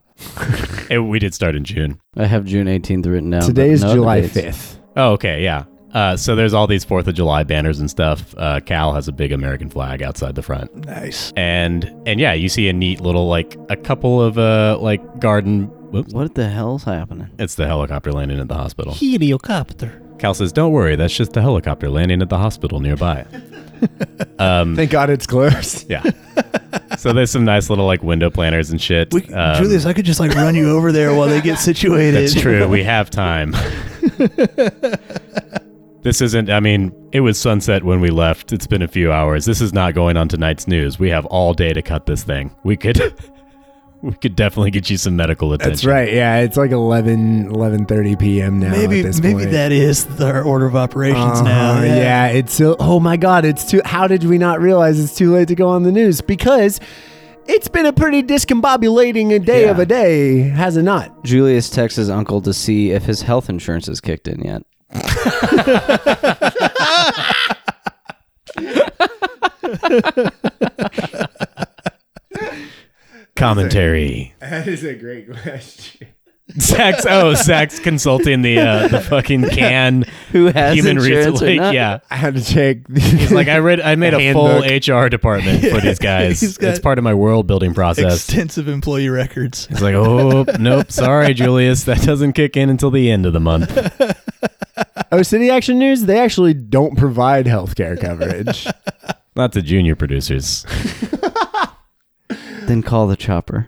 It- we did start in june
I have June 18th written down. but
Today is
no other
July
dates.
fifth.
oh okay yeah uh, so there's all these fourth of july banners and stuff uh, cal has a big american flag outside the front
Nice.
and and yeah you see a neat little like a couple of uh like garden whoops
What the hell's happening?
it's the helicopter landing at the hospital
Heliocopter.
cal says don't worry that's just the helicopter landing at the hospital nearby um
Thank God it's closed.
yeah so there's some nice little like window planters and shit
We,
Um,
Julius, I could just like run you over there while they get situated.
That's true. We have time. this isn't, I mean, it was sunset when we left. It's been a few hours. This is not going on tonight's news. We have all day to cut this thing. We could. We could definitely get you some medical attention.
That's right. Yeah, it's like 11, 11.30 p.m. now.
Maybe
at this
maybe
point.
that is our order of operations now.
Uh-huh, Yeah. it's so. Oh my God, it's too. How did we not realize it's too late to go on the news? Because it's been a pretty discombobulating a day of
Yeah.
a day, has it not?
Julius texts his uncle to see if his health insurance has kicked in yet.
Commentary.
That is a great question.
Zach's oh Zach's consulting the uh, the fucking can
Who has
human resource.
insurance or not?
yeah,
I had to check.
It's like I read I made a full
Handbook.
HR department for these guys.
He's got-
it's part of my world building process.
Extensive employee records.
It's like, oh nope, sorry, Julius, that doesn't kick in until the end of the month.
oh, City Action News, they actually don't provide healthcare coverage.
Not the junior producers.
Then call the chopper.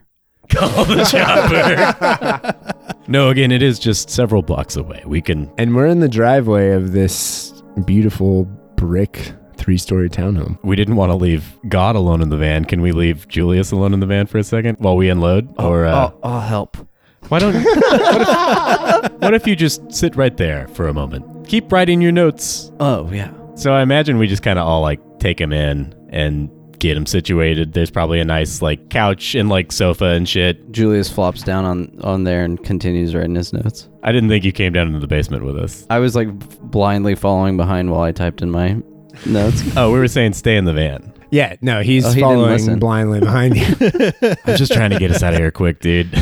Call the chopper. no, again, it is just several blocks away. We can
and we're in the driveway of this beautiful brick three story townhome.
we didn't want to leave God alone in the van. Can we leave Julius alone in the van for a second while we unload? or uh,
I'll, I'll help.
why don't what, if, what if you just sit right there for a moment? Keep writing your notes.
Oh yeah.
So I imagine we just kind of all like take him in and get him situated. There's probably a nice like couch and like sofa and shit.
Julius flops down on on there and continues writing his notes.
I didn't think you came down into the basement with us.
I was like blindly following behind while I typed in my notes.
Oh, we were saying stay in the van.
Yeah, no, he's
Oh, he didn't listen.
following blindly behind you.
I'm just trying to get us out of here quick, dude.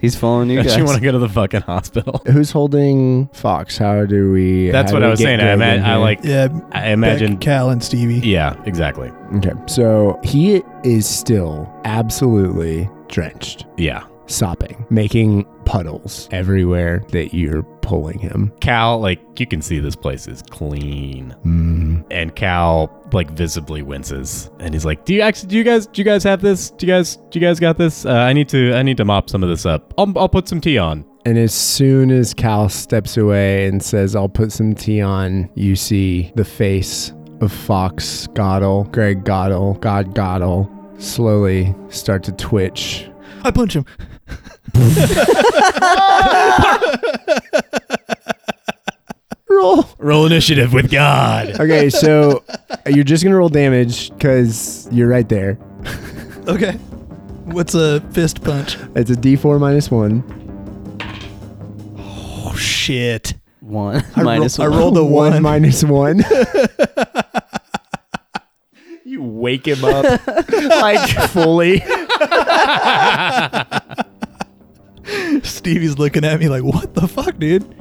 He's following you
Don't
guys.
you want to go to the fucking hospital?
Who's holding Fox? How do we?
That's
how
what
do
I
we
was
get
saying. I,
Greg
ima-
in
I
here?
like.
Yeah,
I imagine.
Beck, Cal and Stevie.
yeah, exactly.
Okay, so he is still absolutely drenched,
Yeah.
sopping, making puddles everywhere that you're pulling him.
Cal, like you can see this place is clean,
Mm.
and Cal like visibly winces, and he's like, "Do you actually? Do you guys? Do you guys have this? Do you guys? Do you guys got this? Uh, I need to. I need to mop some of this up. Um, I'll, I'll put some tea on.
And as soon as Cal steps away and says, I'll put some tea on, you see the face of Fox Goddle, Greg Goddle, God Goddle, slowly start to twitch.
I punch him.
Roll.
Roll initiative with God.
Okay, so uh, you're just going to roll damage because you're right there.
Okay. What's a fist punch?
It's a d4 minus one.
Oh shit!
One
I,
minus
ro- I
one.
rolled a one.
One minus one.
you wake him up.
like fully.
Stevie's looking at me like, "What the fuck, dude?"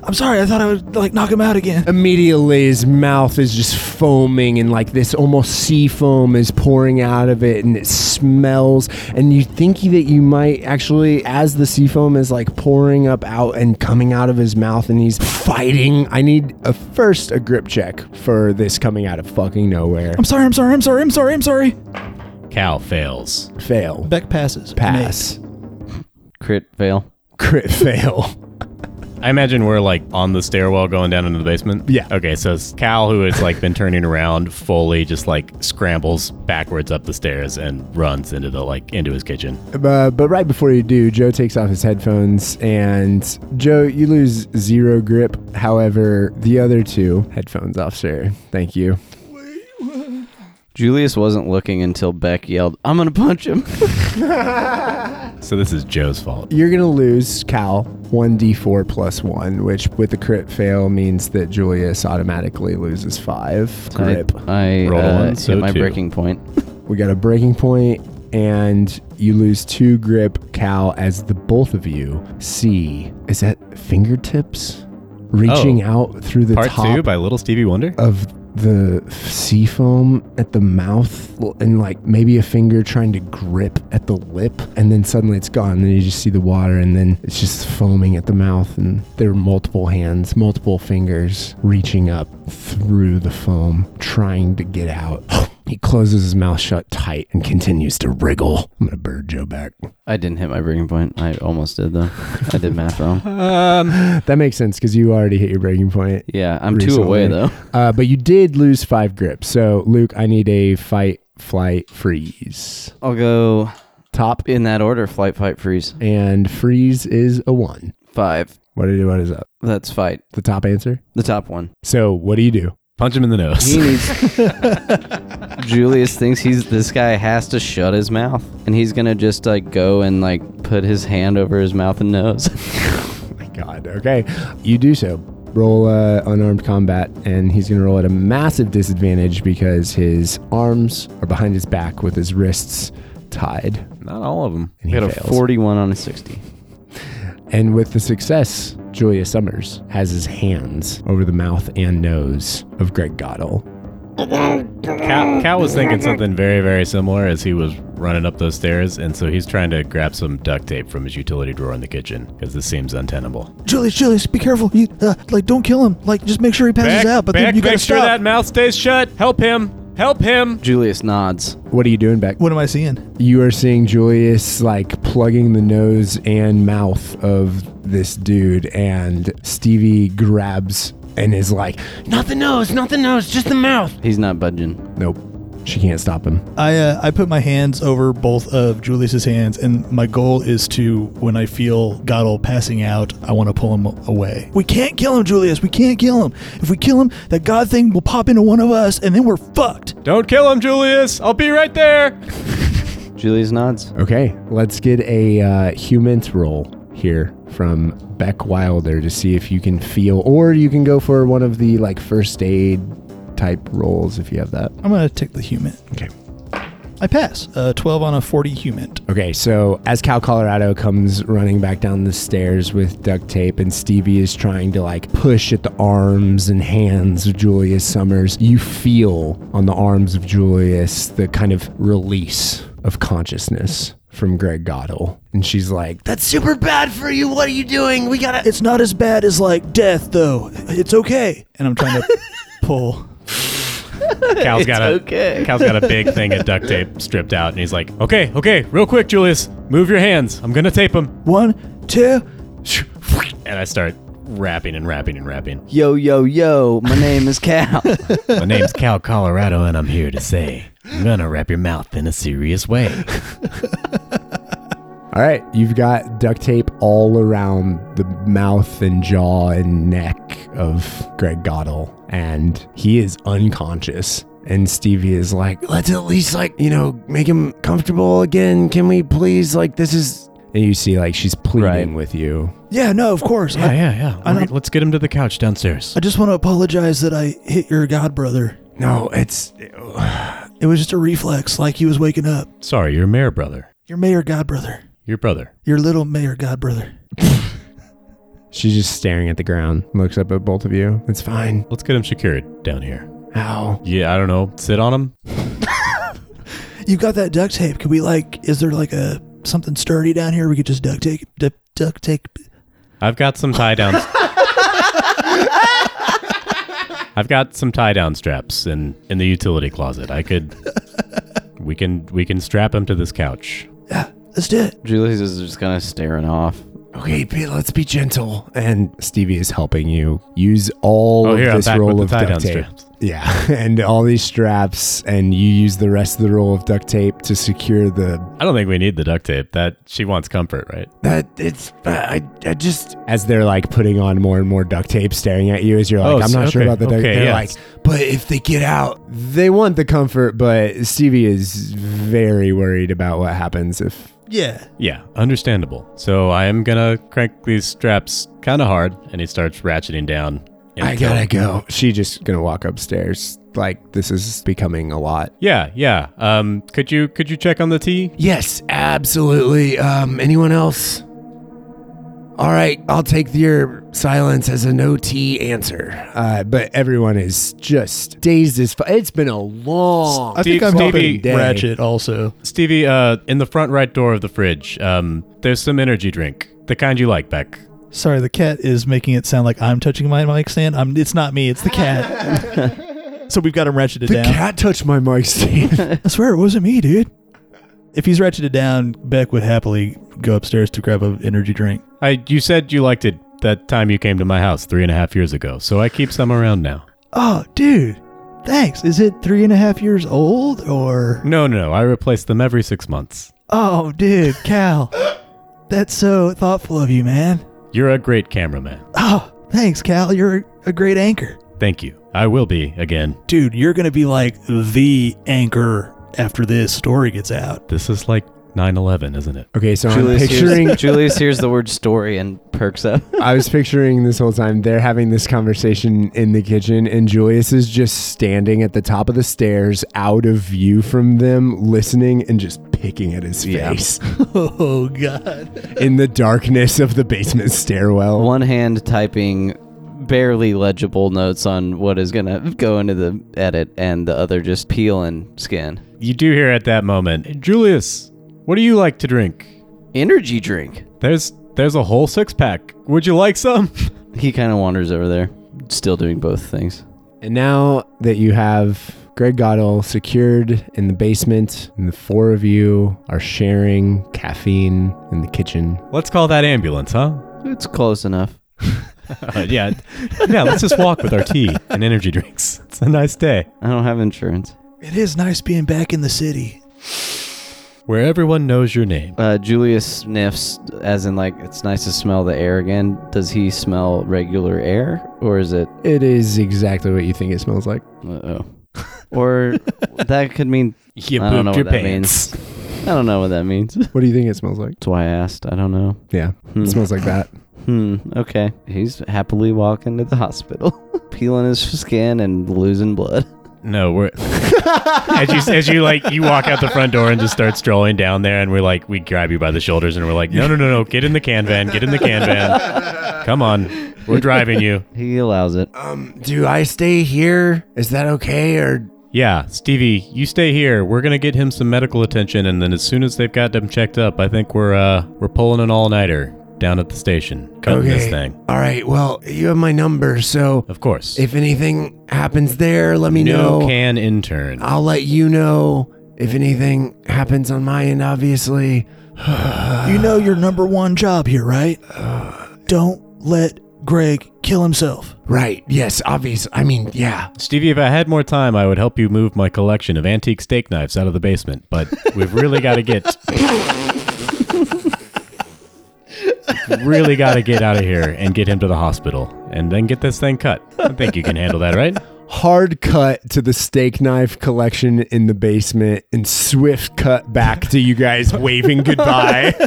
I'm sorry. I thought I would like knock him out again.
Immediately, his mouth is just foaming, and like this almost sea foam is pouring out of it, and it smells. And you think that you might actually, as the sea foam is like pouring up out and coming out of his mouth, and he's fighting. I need a first a grip check for this coming out of fucking nowhere.
I'm sorry. I'm sorry. I'm sorry. I'm sorry. I'm sorry.
Cal fails.
Fail.
Beck passes.
Pass.
crit fail.
Crit fail.
I imagine we're like on the stairwell going down into the basement.
Yeah.
Okay, so it's Cal, who has like been turning around fully, just like scrambles backwards up the stairs and runs into the like into his kitchen.
Uh, but right before you do, Joe takes off his headphones, and Joe, you lose zero grip. However, the other two headphones off, sir. Thank you.
Julius wasn't looking until Beck yelled, "I'm gonna punch him."
So this is Joe's fault.
You're gonna lose Cal one d4 plus one, which with the crit fail means that Julius automatically loses five grip.
I, I
Roll
uh,
one,
hit
so
my
two.
breaking point.
We got a breaking point, and you lose two grip, Cal, as the both of you see. Is that fingertips reaching out through the
Oh. Part
top
two by Little Stevie Wonder.
of the sea foam at the mouth and like maybe a finger trying to grip at the lip and then suddenly it's gone and then you just see the water and then it's just foaming at the mouth and there are multiple hands multiple fingers reaching up through the foam trying to get out he closes his mouth shut tight and continues to wriggle i'm gonna bird joe back
I didn't hit my breaking point. I almost did though. I did math wrong.
that makes sense because you already hit your breaking point
Yeah, I'm two
Recently.
away though.
Uh, but you did lose five grips. So, Luke, I need a fight, flight, freeze.
I'll go
Top
in that order: flight, fight, freeze.
and freeze is a one.
Five.
What do you What is up?
That's fight.
The top answer.
The top one.
So, what do you do?
Punch him in the nose.
He needs. Julius thinks he's this guy has to shut his mouth, and he's gonna just like go and like put his hand over his mouth and nose.
Oh my God. Okay, you do so. Roll uh, unarmed combat, and he's going to roll at a massive disadvantage because his arms are behind his back with his wrists tied.
Not all of them.
And
We
he
had a
fails.
41 on a 60.
And with the success, Julia Summers has his hands over the mouth and nose of Greg Goddle.
Cal, Cal was thinking something very, very similar as he was running up those stairs, and so he's trying to grab some duct tape from his utility drawer in the kitchen because this seems untenable.
Julius, Julius, be careful. You, uh, like, don't kill him. Like, just make sure he passes out. But then you gotta
make sure
stop.
that mouth stays shut. Help him. Help him.
Julius nods.
What are you doing back?
What am I seeing?
You are seeing Julius like plugging the nose and mouth of this dude, and Stevie grabs and is like, "Not the nose, not the nose, just the mouth."
He's not budging.
Nope, she can't stop him.
I uh, I put my hands over both of Julius's hands, and my goal is to, when I feel Godel passing out, I want to pull him away. We can't kill him, Julius. We can't kill him. If we kill him, that God thing will pop into one of us, and then we're fucked.
Don't kill him, Julius. I'll be right there.
Julius nods.
Okay, let's get a uh, humans roll here from Beck Wilder to see if you can feel, or you can go for one of the like first aid type rolls if you have that.
I'm gonna take the human.
Okay.
I pass. Uh, 12 on a 40 human.
Okay, so as Cal Colorado comes running back down the stairs with duct tape, and Stevie is trying to like push at the arms and hands of Julius Summers, you feel on the arms of Julius the kind of release of consciousness from Greg Goddle. And she's like, That's super bad for you. What are you doing? We gotta.
It's not as bad as like death, though. It's okay. And I'm trying to pull.
Cal's got a
okay.
Cal's got a big thing of duct tape stripped out, and he's like, "Okay, okay, real quick, Julius, move your hands. I'm gonna tape him."
One, two.
And I start rapping and rapping and rapping.
Yo, yo, yo, my name is Cal.
My name's Cal Colorado, and I'm here to say, I'm gonna wrap your mouth in a serious way.
All right, you've got duct tape all around the mouth and jaw and neck of Greg Goddle, and he is unconscious. And Stevie is like, let's at least, like, you know, make him comfortable again. Can we please? Like, this is. And you see, like, she's pleading
Right.
with you.
Yeah, no, of course.
Yeah,
I,
yeah, yeah.
I
All right,
don't-
let's get him to the couch downstairs.
I just want to apologize that I hit your god brother.
No, it's.
It was just a reflex, like he was waking up.
Sorry, your mayor brother.
Your mayor god brother.
Your brother.
Your little mayor god brother.
She's just staring at the ground, looks up at both of you. It's fine.
Let's get him secured down here.
How?
Yeah, I don't know. Sit on him.
You got that duct tape. Could we like? Is there like a something sturdy down here? We could just duct tape. Du- duct tape.
I've got some tie downs. I've got some tie down straps in in the utility closet. I could. We can we can strap him to this couch.
Yeah, let's do it.
Julius is just kind of staring off.
Okay, be- let's be gentle. And Stevie is helping you use all
Oh,
of
here I'm
this
back
roll
with the
of
tie-down
duct tape.
straps.
Yeah, and all these straps, and you use the rest of the roll of duct tape to secure the.
I don't think we need the duct tape. That she wants comfort, right?
That it's uh, I, I just as they're like putting on more and more duct tape, staring at you as you're like,
Oh,
I'm
so-
not sure
okay,
about the duct.
okay,
they're
yeah.
like, but if they get out, they want the comfort. But Stevie is very worried about what happens if
Yeah.
Yeah, understandable. So I am gonna crank these straps kind of hard, and he starts ratcheting down.
I gotta go. She just gonna walk upstairs. Like this is becoming a lot.
Yeah, yeah. Um, could you could you check on the tea?
Yes, absolutely. Um, anyone else? All right, I'll take your silence as a no T answer. Uh, but everyone is just dazed as fuck. It's been a long.
I
Steve-
think I'm helping
Stevie-
Day.
Ratchet also.
Stevie, uh, in the front right door of the fridge, um, there's some energy drink, the kind you like, Beck.
Sorry, the cat is making it sound like I'm touching my mic stand. I'm, it's not me, it's the cat. so we've got him ratcheted
the
down.
cat touched my mic stand.
I swear it wasn't me, dude. If he's ratcheted down, Beck would happily go upstairs to grab an energy drink.
I, you said you liked it that time you came to my house three and a half years ago, so I keep some around now.
Oh, dude. Thanks. Is it three and a half years old or?
No, no, no, I replace them every six months.
Oh, dude, Cal. That's so thoughtful of you, man.
You're a great cameraman.
Oh, thanks, Cal. You're a great anchor.
Thank you. I will be again.
Dude, you're going to be like the anchor after this story gets out.
This is like 9/11, isn't it?
okay, so
Julius,
I'm picturing.
hears, Julius hears the word story and perks up.
I was picturing this whole time they're having this conversation in the kitchen, and Julius is just standing at the top of the stairs, out of view from them, listening and just picking at his
Yeah.
face
Oh God.
in the darkness of the basement stairwell.
One hand typing barely legible notes on what is going to go into the edit, and the other just peeling skin.
You do hear at that moment, Julius, what do you like to drink?
Energy drink.
There's there's a whole six pack. Would you like some?
He kind of wanders over there, still doing both things.
And now that you have Greg Goddell secured in the basement, and the four of you are sharing caffeine in the kitchen.
Let's call that ambulance, huh?
It's close enough.
Uh, yeah. Yeah, let's just walk with our tea and energy drinks. It's a nice day.
I don't have insurance.
It is nice being back in the city.
Where everyone knows your name.
Uh, Julius sniffs, as in, like, it's nice to smell the air again. Does he smell regular air, or is it,
It is exactly what you think it smells like.
uh oh? Or that could mean,
You
I don't know
pooped your
what that
pants.
I don't know what that means. That's
What do you think it smells like?
why I asked. I don't know.
Yeah,
Hmm.
it smells like that.
Hmm, okay. He's happily walking to the hospital, peeling his skin and losing blood.
No, we're as you as you like you walk out the front door and just start strolling down there, and we're like we grab you by the shoulders and we're like, no, no, no, no, get in the can van, get in the can van, come on, we're driving you.
He allows it.
Um, Do I stay here? Is that okay? Or
Yeah, Stevie, you stay here. We're gonna get him some medical attention, and then as soon as they've got him checked up, I think we're uh we're pulling an all nighter down at the station, cutting this thing.
All right. Well, you have my number, so
Of course,
if anything happens there, let me
no
know.
can intern.
I'll let you know if anything happens on my end. Obviously,
You know your number one job here, right? Don't let Greg kill himself.
right? Yes, obvious. I mean, yeah.
Stevie, if I had more time, I would help you move my collection of antique steak knives out of the basement, but we've really got to get. really got to get out of here and get him to the hospital and then get this thing cut. I think you can handle that, right?
hard cut to the steak knife collection in the basement and swift cut back to you guys waving goodbye.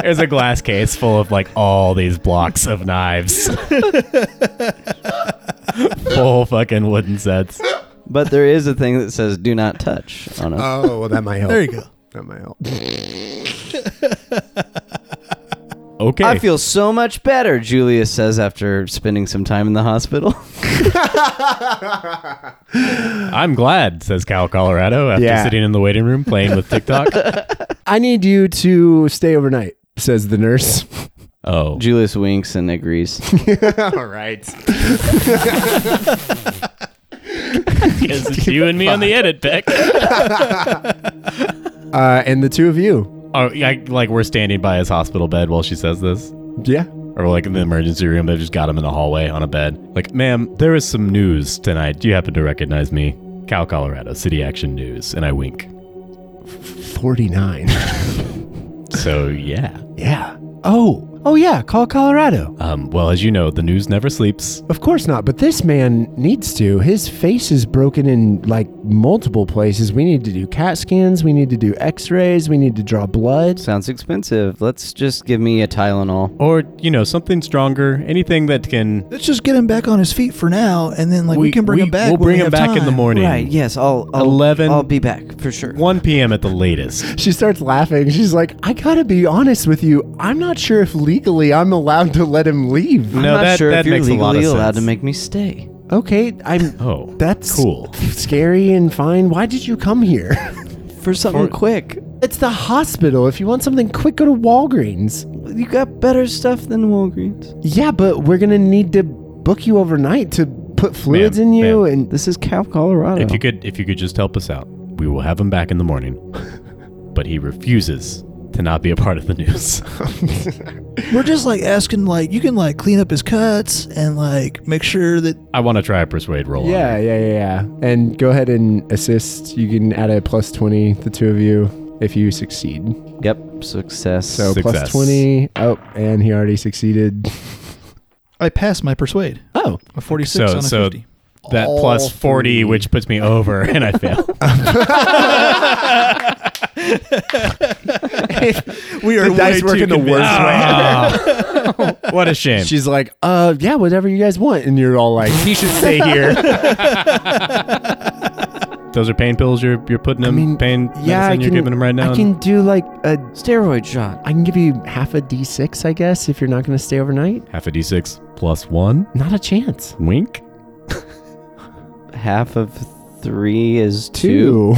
There's a glass case full of like all these blocks of knives. Full fucking wooden sets.
But there is a thing that says do not touch on
Uh,
it.
oh, well, that might help.
There you go.
That might help.
Okay.
I feel so much better, Julius says after spending some time in the hospital.
I'm glad, says Cal Colorado after
Yeah.
sitting in the waiting room playing with TikTok.
I need you to stay overnight, says the nurse.
Oh.
Julius winks and agrees.
All right.
Because it's you and me on the edit deck.
Uh, and the two of you.
Oh, yeah, like we're standing by his hospital bed while she says this.
Yeah.
Or like in the emergency room, they've just got him in the hallway on a bed. Like, ma'am, there is some news tonight. Do you happen to recognize me? Cal Colorado, City Action News. And I wink.
49.
So, yeah.
yeah. Oh. Oh, yeah. Call Colorado.
Um, well, as you know, the news never sleeps.
Of course not, but this man needs to. His face is broken in like multiple places. We need to do CAT scans. We need to do x rays. We need to draw blood.
Sounds expensive. Let's just give me a Tylenol.
Or, you know, something stronger, anything that can.
Let's just get him back on his feet for now, and then like we, can bring him back.
We'll
when
bring
we
him
have
back in the
time.
morning.
Right, yes, I'll, I'll
11.
I'll be back for sure.
1 p.m. at the latest.
She starts laughing. She's like, I gotta be honest with you. I'm not sure if legally I'm allowed to let him leave.
I'm
No,
not
that-
sure
that
if you're
makes a lot of
legally allowed to
sense.
make me stay.
Okay, I'm.
Oh.
That's
cool.
Scary and fine. Why did you come here?
For something quick.
it's the hospital. If you want something quick, go to Walgreens.
You got better stuff than Walgreens.
Yeah, but we're gonna need to book you overnight to put fluids
Ma'am,
in you
ma'am.
and.
This is Cal, Colorado.
If you could, if you could just help us out, we will have him back in the morning. but he refuses to not be a part of the news.
We're just like asking, like you can like clean up his cuts and like make sure that
I want to try a persuade roll. on
Yeah,
it.
yeah, yeah, yeah. And go ahead and assist. You can add a plus 20, the two of you, if you succeed.
Yep, success.
So plus
Success.
20. Oh, and he already succeeded.
I passed my persuade.
Oh,
A forty-six
So
on a
so
fifty.
that
All
plus forty,
three.
which puts me over, and I fail.
we are the dice working the worst
Ah. what a shame.
She's like, uh, yeah, whatever you guys want, and you're all like,
he should stay here. those are pain pills you're you're putting them pain medicine
I
you're giving them right now.
I can do like a.
Steroid shot.
I can give you half a d6, I guess, if you're not going to stay overnight.
Half a d6 plus one.
Not a chance.
Wink.
Half of three is two.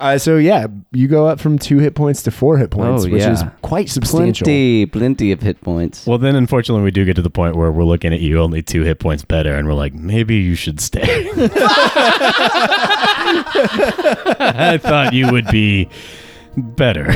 uh, so yeah, you go up from two hit points to four hit points,
Oh,
which
yeah.
is quite substantial.
Plenty, plenty of hit points.
Well, then unfortunately we do get to the point where we're looking at you only two hit points better, and we're like, maybe you should stay. I thought you would be better.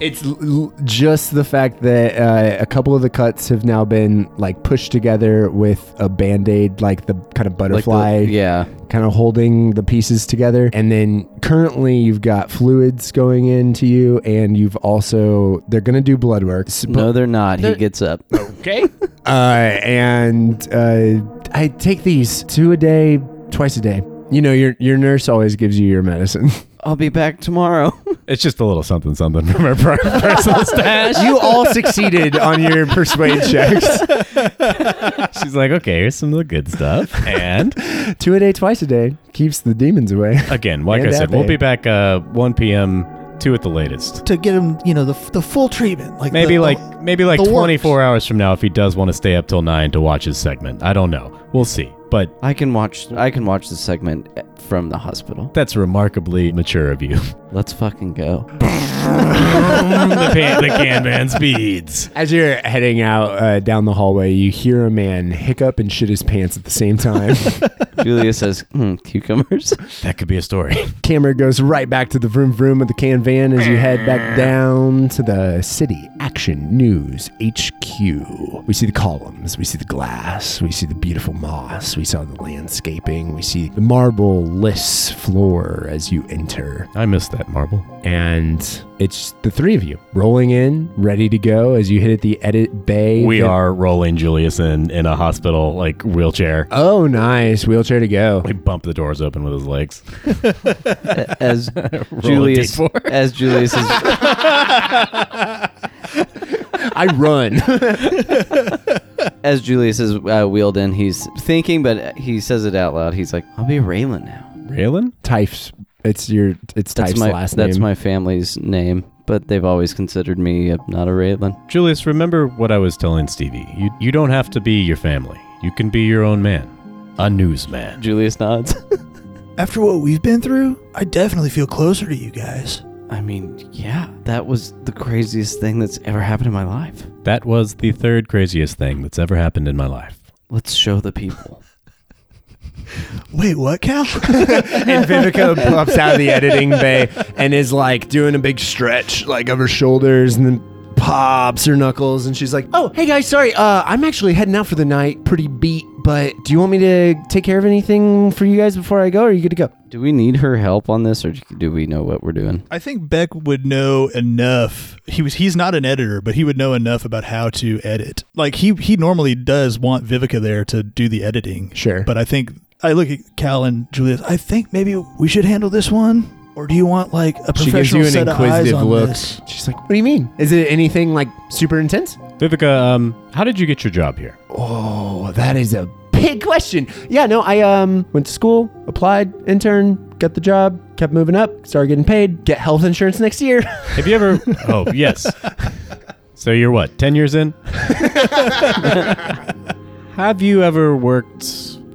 It's l- l- just the fact that uh, a couple of the cuts have now been like pushed together with a band aid, like the kind
Like
of
the-
butterfly,
yeah.
kind of holding the pieces together. And then currently you've got fluids going into you, and you've also they're gonna do blood work. S-
No, they're not. He gets up.
Uh, and uh, I take these two a day, twice a day. You know, your your nurse always gives you your medicine.
I'll be back tomorrow.
It's just a little something something from our per- personal stash.
you all succeeded on your persuade checks.
She's like, okay, here's some of the good stuff. And
two a day, twice a day keeps the demons away.
again, like
And
I said, we'll
Ave.
be back uh, 1 p.m. two at the latest.
to get him, you know, the, the full treatment. Like
Maybe
the- the-
like maybe like
the
24 hours from now if he does want to stay up till 9 to watch his segment. I don't know. We'll see. But
I can watch. I can watch the segment eh, from the hospital.
that's remarkably mature of you.
Let's fucking go.
the, pan, the can man speeds.
As you're heading out uh, down the hallway, you hear a man hiccup and shit his pants at the same time.
Julia says, hmm, "Cucumbers."
That could be a story.
Camera goes right back to the vroom vroom of the can van as you head
Eh.
back down to the city action news HQ. We see the columns, we see the glass, we see the beautiful moss, we saw the landscaping, we see the marble-less floor as you enter.
I missed that marble.
And it's the three of you rolling in, ready to go as you hit the edit bay.
We
The-
are rolling Julius in in a hospital like wheelchair.
Oh, nice. Wheelchair to go.
We bump the doors open with his legs.
As
a
Julius,
D4.
as Julius is
I run.
as Julius is uh, wheeled in, he's thinking, but he says it out loud. He's like, "I'll be Raylan now."
Raylan?
Types. It's your. It's
That's
Types'
my
last name.
that's my family's name, but they've always considered me a, not a Raylan.
Julius, remember what I was telling Stevie. You you don't have to be your family. You can be your own man. A newsman.
Julius nods.
after what we've been through, I definitely feel closer to you guys.
I mean, yeah, that was the craziest thing that's ever happened in my life.
That was the third craziest thing that's ever happened in my life.
Let's show the people.
Wait, what, Cal?
and Vivica pops out of the editing bay and is like doing a big stretch, like of her shoulders, and then pops her knuckles, and she's like, "Oh, hey guys, sorry. Uh, I'm actually heading out for the night. Pretty beat, but do you want me to take care of anything for you guys before I go? Or are you good to go?"
Do we need her help on this, or do we know what we're doing?
I think Beck would know enough. He was he's not an editor, but he would know enough about how to edit. Like he he normally does want Vivica there to do the editing.
Sure.
But I think I look at Cal and Julius.
I think maybe we should handle this one. Or do you want like a
She gives you
professional
an
set of eyes
inquisitive
on
look.
this?
She's like, "What do you mean? Is it anything like super intense?"
Vivica, um, how did you get your job here?
Oh, that is a big question. Yeah, no, I um went to school, applied, interned, got the job, kept moving up, started getting paid, get health insurance next year.
Have you ever Oh, yes. So you're what, ten years in? Have you ever worked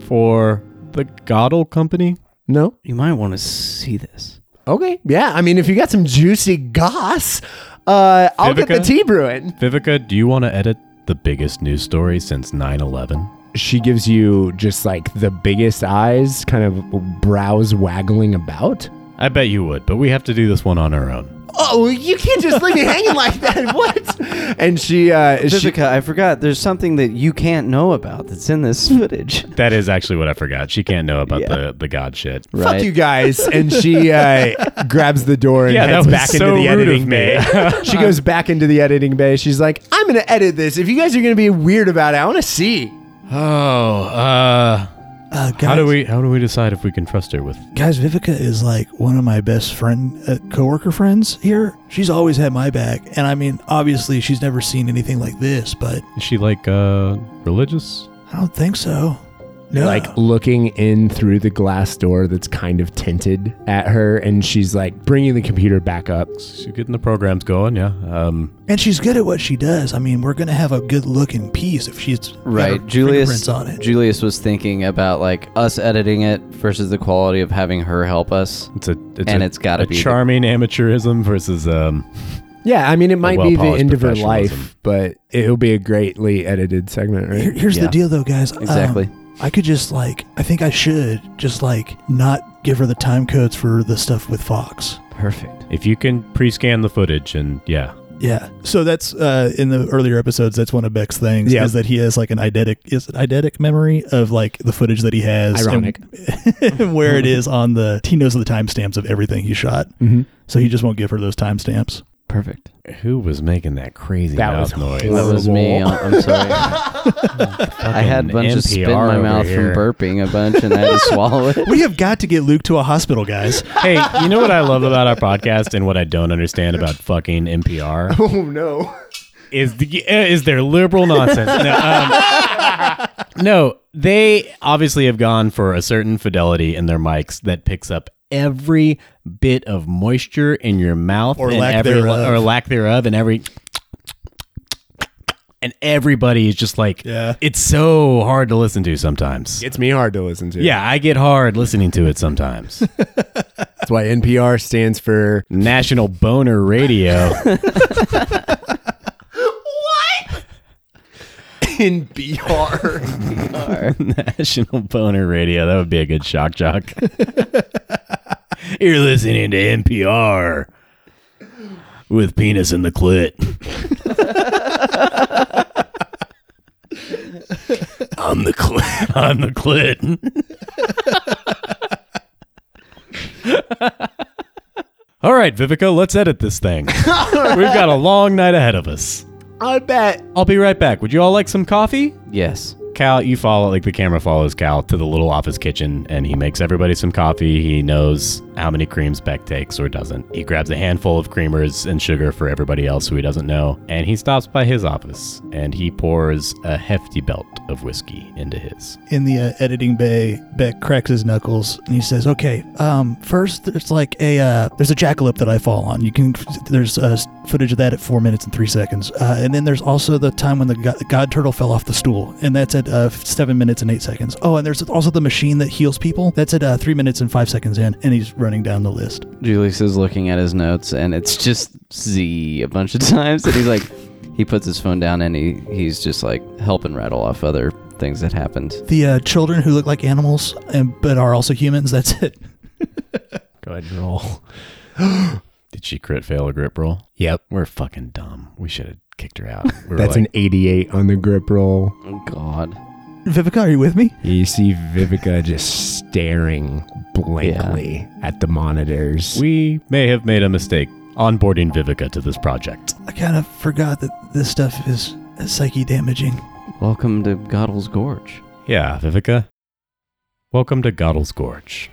for the Godel company?
no.
You might want to see this.
Okay. Yeah, I mean if you got some juicy goss, uh I'll get the
Vivica?
tea brewing.
Vivica, do you want to edit the biggest news story since 9 11?
She gives you just like the biggest eyes, kind of brows waggling about.
I bet you would, but we have to do this one on our own.
Oh, you can't just leave me hanging like that. What? And she uh she,
Vivica, I forgot. There's something that you can't know about that's in this footage.
That is actually what I forgot. She can't know about
Yeah.
the, the God shit.
Right?
Fuck you guys. And she uh, grabs the door and
Yeah, that
heads
was
back
so
into the
rude of
editing
me.
bay. she goes back into the editing bay. She's like, I'm going to edit this. If you guys are going to be weird about it, I want to see.
Oh, uh,
Uh, guys,
how do we how do we decide if we can trust her with?
guys, Vivica is like one of my best friend, uh, coworker friends here. She's always had my back, and I mean, obviously, she's never seen anything like this, but
Is she like uh religious?
I don't think so. No.
like looking in through the glass door that's kind of tinted at her, and she's like bringing the computer back up.
So getting the programs going, yeah. Um,
and she's good at what she does. I mean, we're gonna have a good looking piece if she's got
Right,
her
Julius.
fingerprints on it.
Julius was thinking about like us editing it versus the quality of having her help us.
it's a it's
And
a,
it's gotta
a
be the-
charming amateurism versus um.
Yeah, I mean, it might be the
well-polished
end of her
professionalism.
life, but it'll be a greatly edited segment,
Here-
right?
here's
Yeah.
the deal, though, guys. Um,
Exactly.
I could just like I think I should just like not give her the time codes for the stuff with Fox.
Perfect.
If you can pre-scan the footage and yeah,
Yeah.
So that's uh, in the earlier episodes. That's one of Beck's things
Yeah.
is that he has like an eidetic is it eidetic memory of like the footage that he has, and-
Ironic.
and where it is on the he knows the timestamps of everything he shot.
Mm-hmm.
Mhm.
So he just won't give her those timestamps.
Perfect.
who was making that crazy
That
mouth
was
noise?
That
horrible.
was me. I'm I'm sorry. I had a bunch of spit in
NPR
my
over
mouth
here.
from burping a bunch, and I had to swallow it.
We have got to get Luke to a hospital, guys.
hey, you know what I love about our podcast and what I don't understand about fucking NPR? Oh no. Is the uh, is their liberal nonsense? No, um, no, they obviously have gone for a certain fidelity in their mics that picks up every bit of moisture in your mouth
Or
and
lack
every-
thereof.
or lack thereof, and every and everybody is just like
Yeah.
it's so hard to listen to sometimes.
It's me hard to listen to.
yeah, I get hard listening to it sometimes.
That's why NPR stands for
National Boner Radio.
NPR.
National Boner Radio. That would be a good shock jock. You're listening to NPR with penis in the clit. I'm the clit. I'm the clit. All right, Vivica, let's edit this thing. We've got a long night ahead of us.
I bet.
I'll be right back. Would you all like some coffee?
Yes.
Cal, you follow, like the camera follows Cal to the little office kitchen and he makes everybody some coffee. He knows how many creams Beck takes or doesn't. He grabs a handful of creamers and sugar for everybody else who he doesn't know. And he stops by his office and he pours a hefty belt of whiskey into his.
in the uh, editing bay, Beck cracks his knuckles and he says, "Okay, um, first there's like a uh, there's a jackalope that I fall on. You can there's uh, footage of that at four minutes and three seconds, uh, and then there's also the time when the god, god turtle fell off the stool, and that's at uh, seven minutes and eight seconds. Oh, and there's also the machine that heals people. That's at uh, three minutes and five seconds in, and he's running down the list.
Julius is looking at his notes, and it's just Z a bunch of times, and he's like, he puts his phone down, and he he's just like helping rattle off other things that happened.
The uh, children who look like animals and but are also humans. That's it.
Go ahead and roll. Did she crit fail a grip roll?
Yep.
We're fucking dumb. We should have kicked her out. We were
That's
like,
an 88 on the grip roll.
Oh God.
Vivica, are you with me?
You see Vivica just staring blankly at the monitors.
We may have made a mistake onboarding Vivica to this project.
I kind of forgot that this stuff is psyche damaging.
Welcome to Goddle's Gorge.
Yeah, Vivica. Welcome to Goddle's Gorge.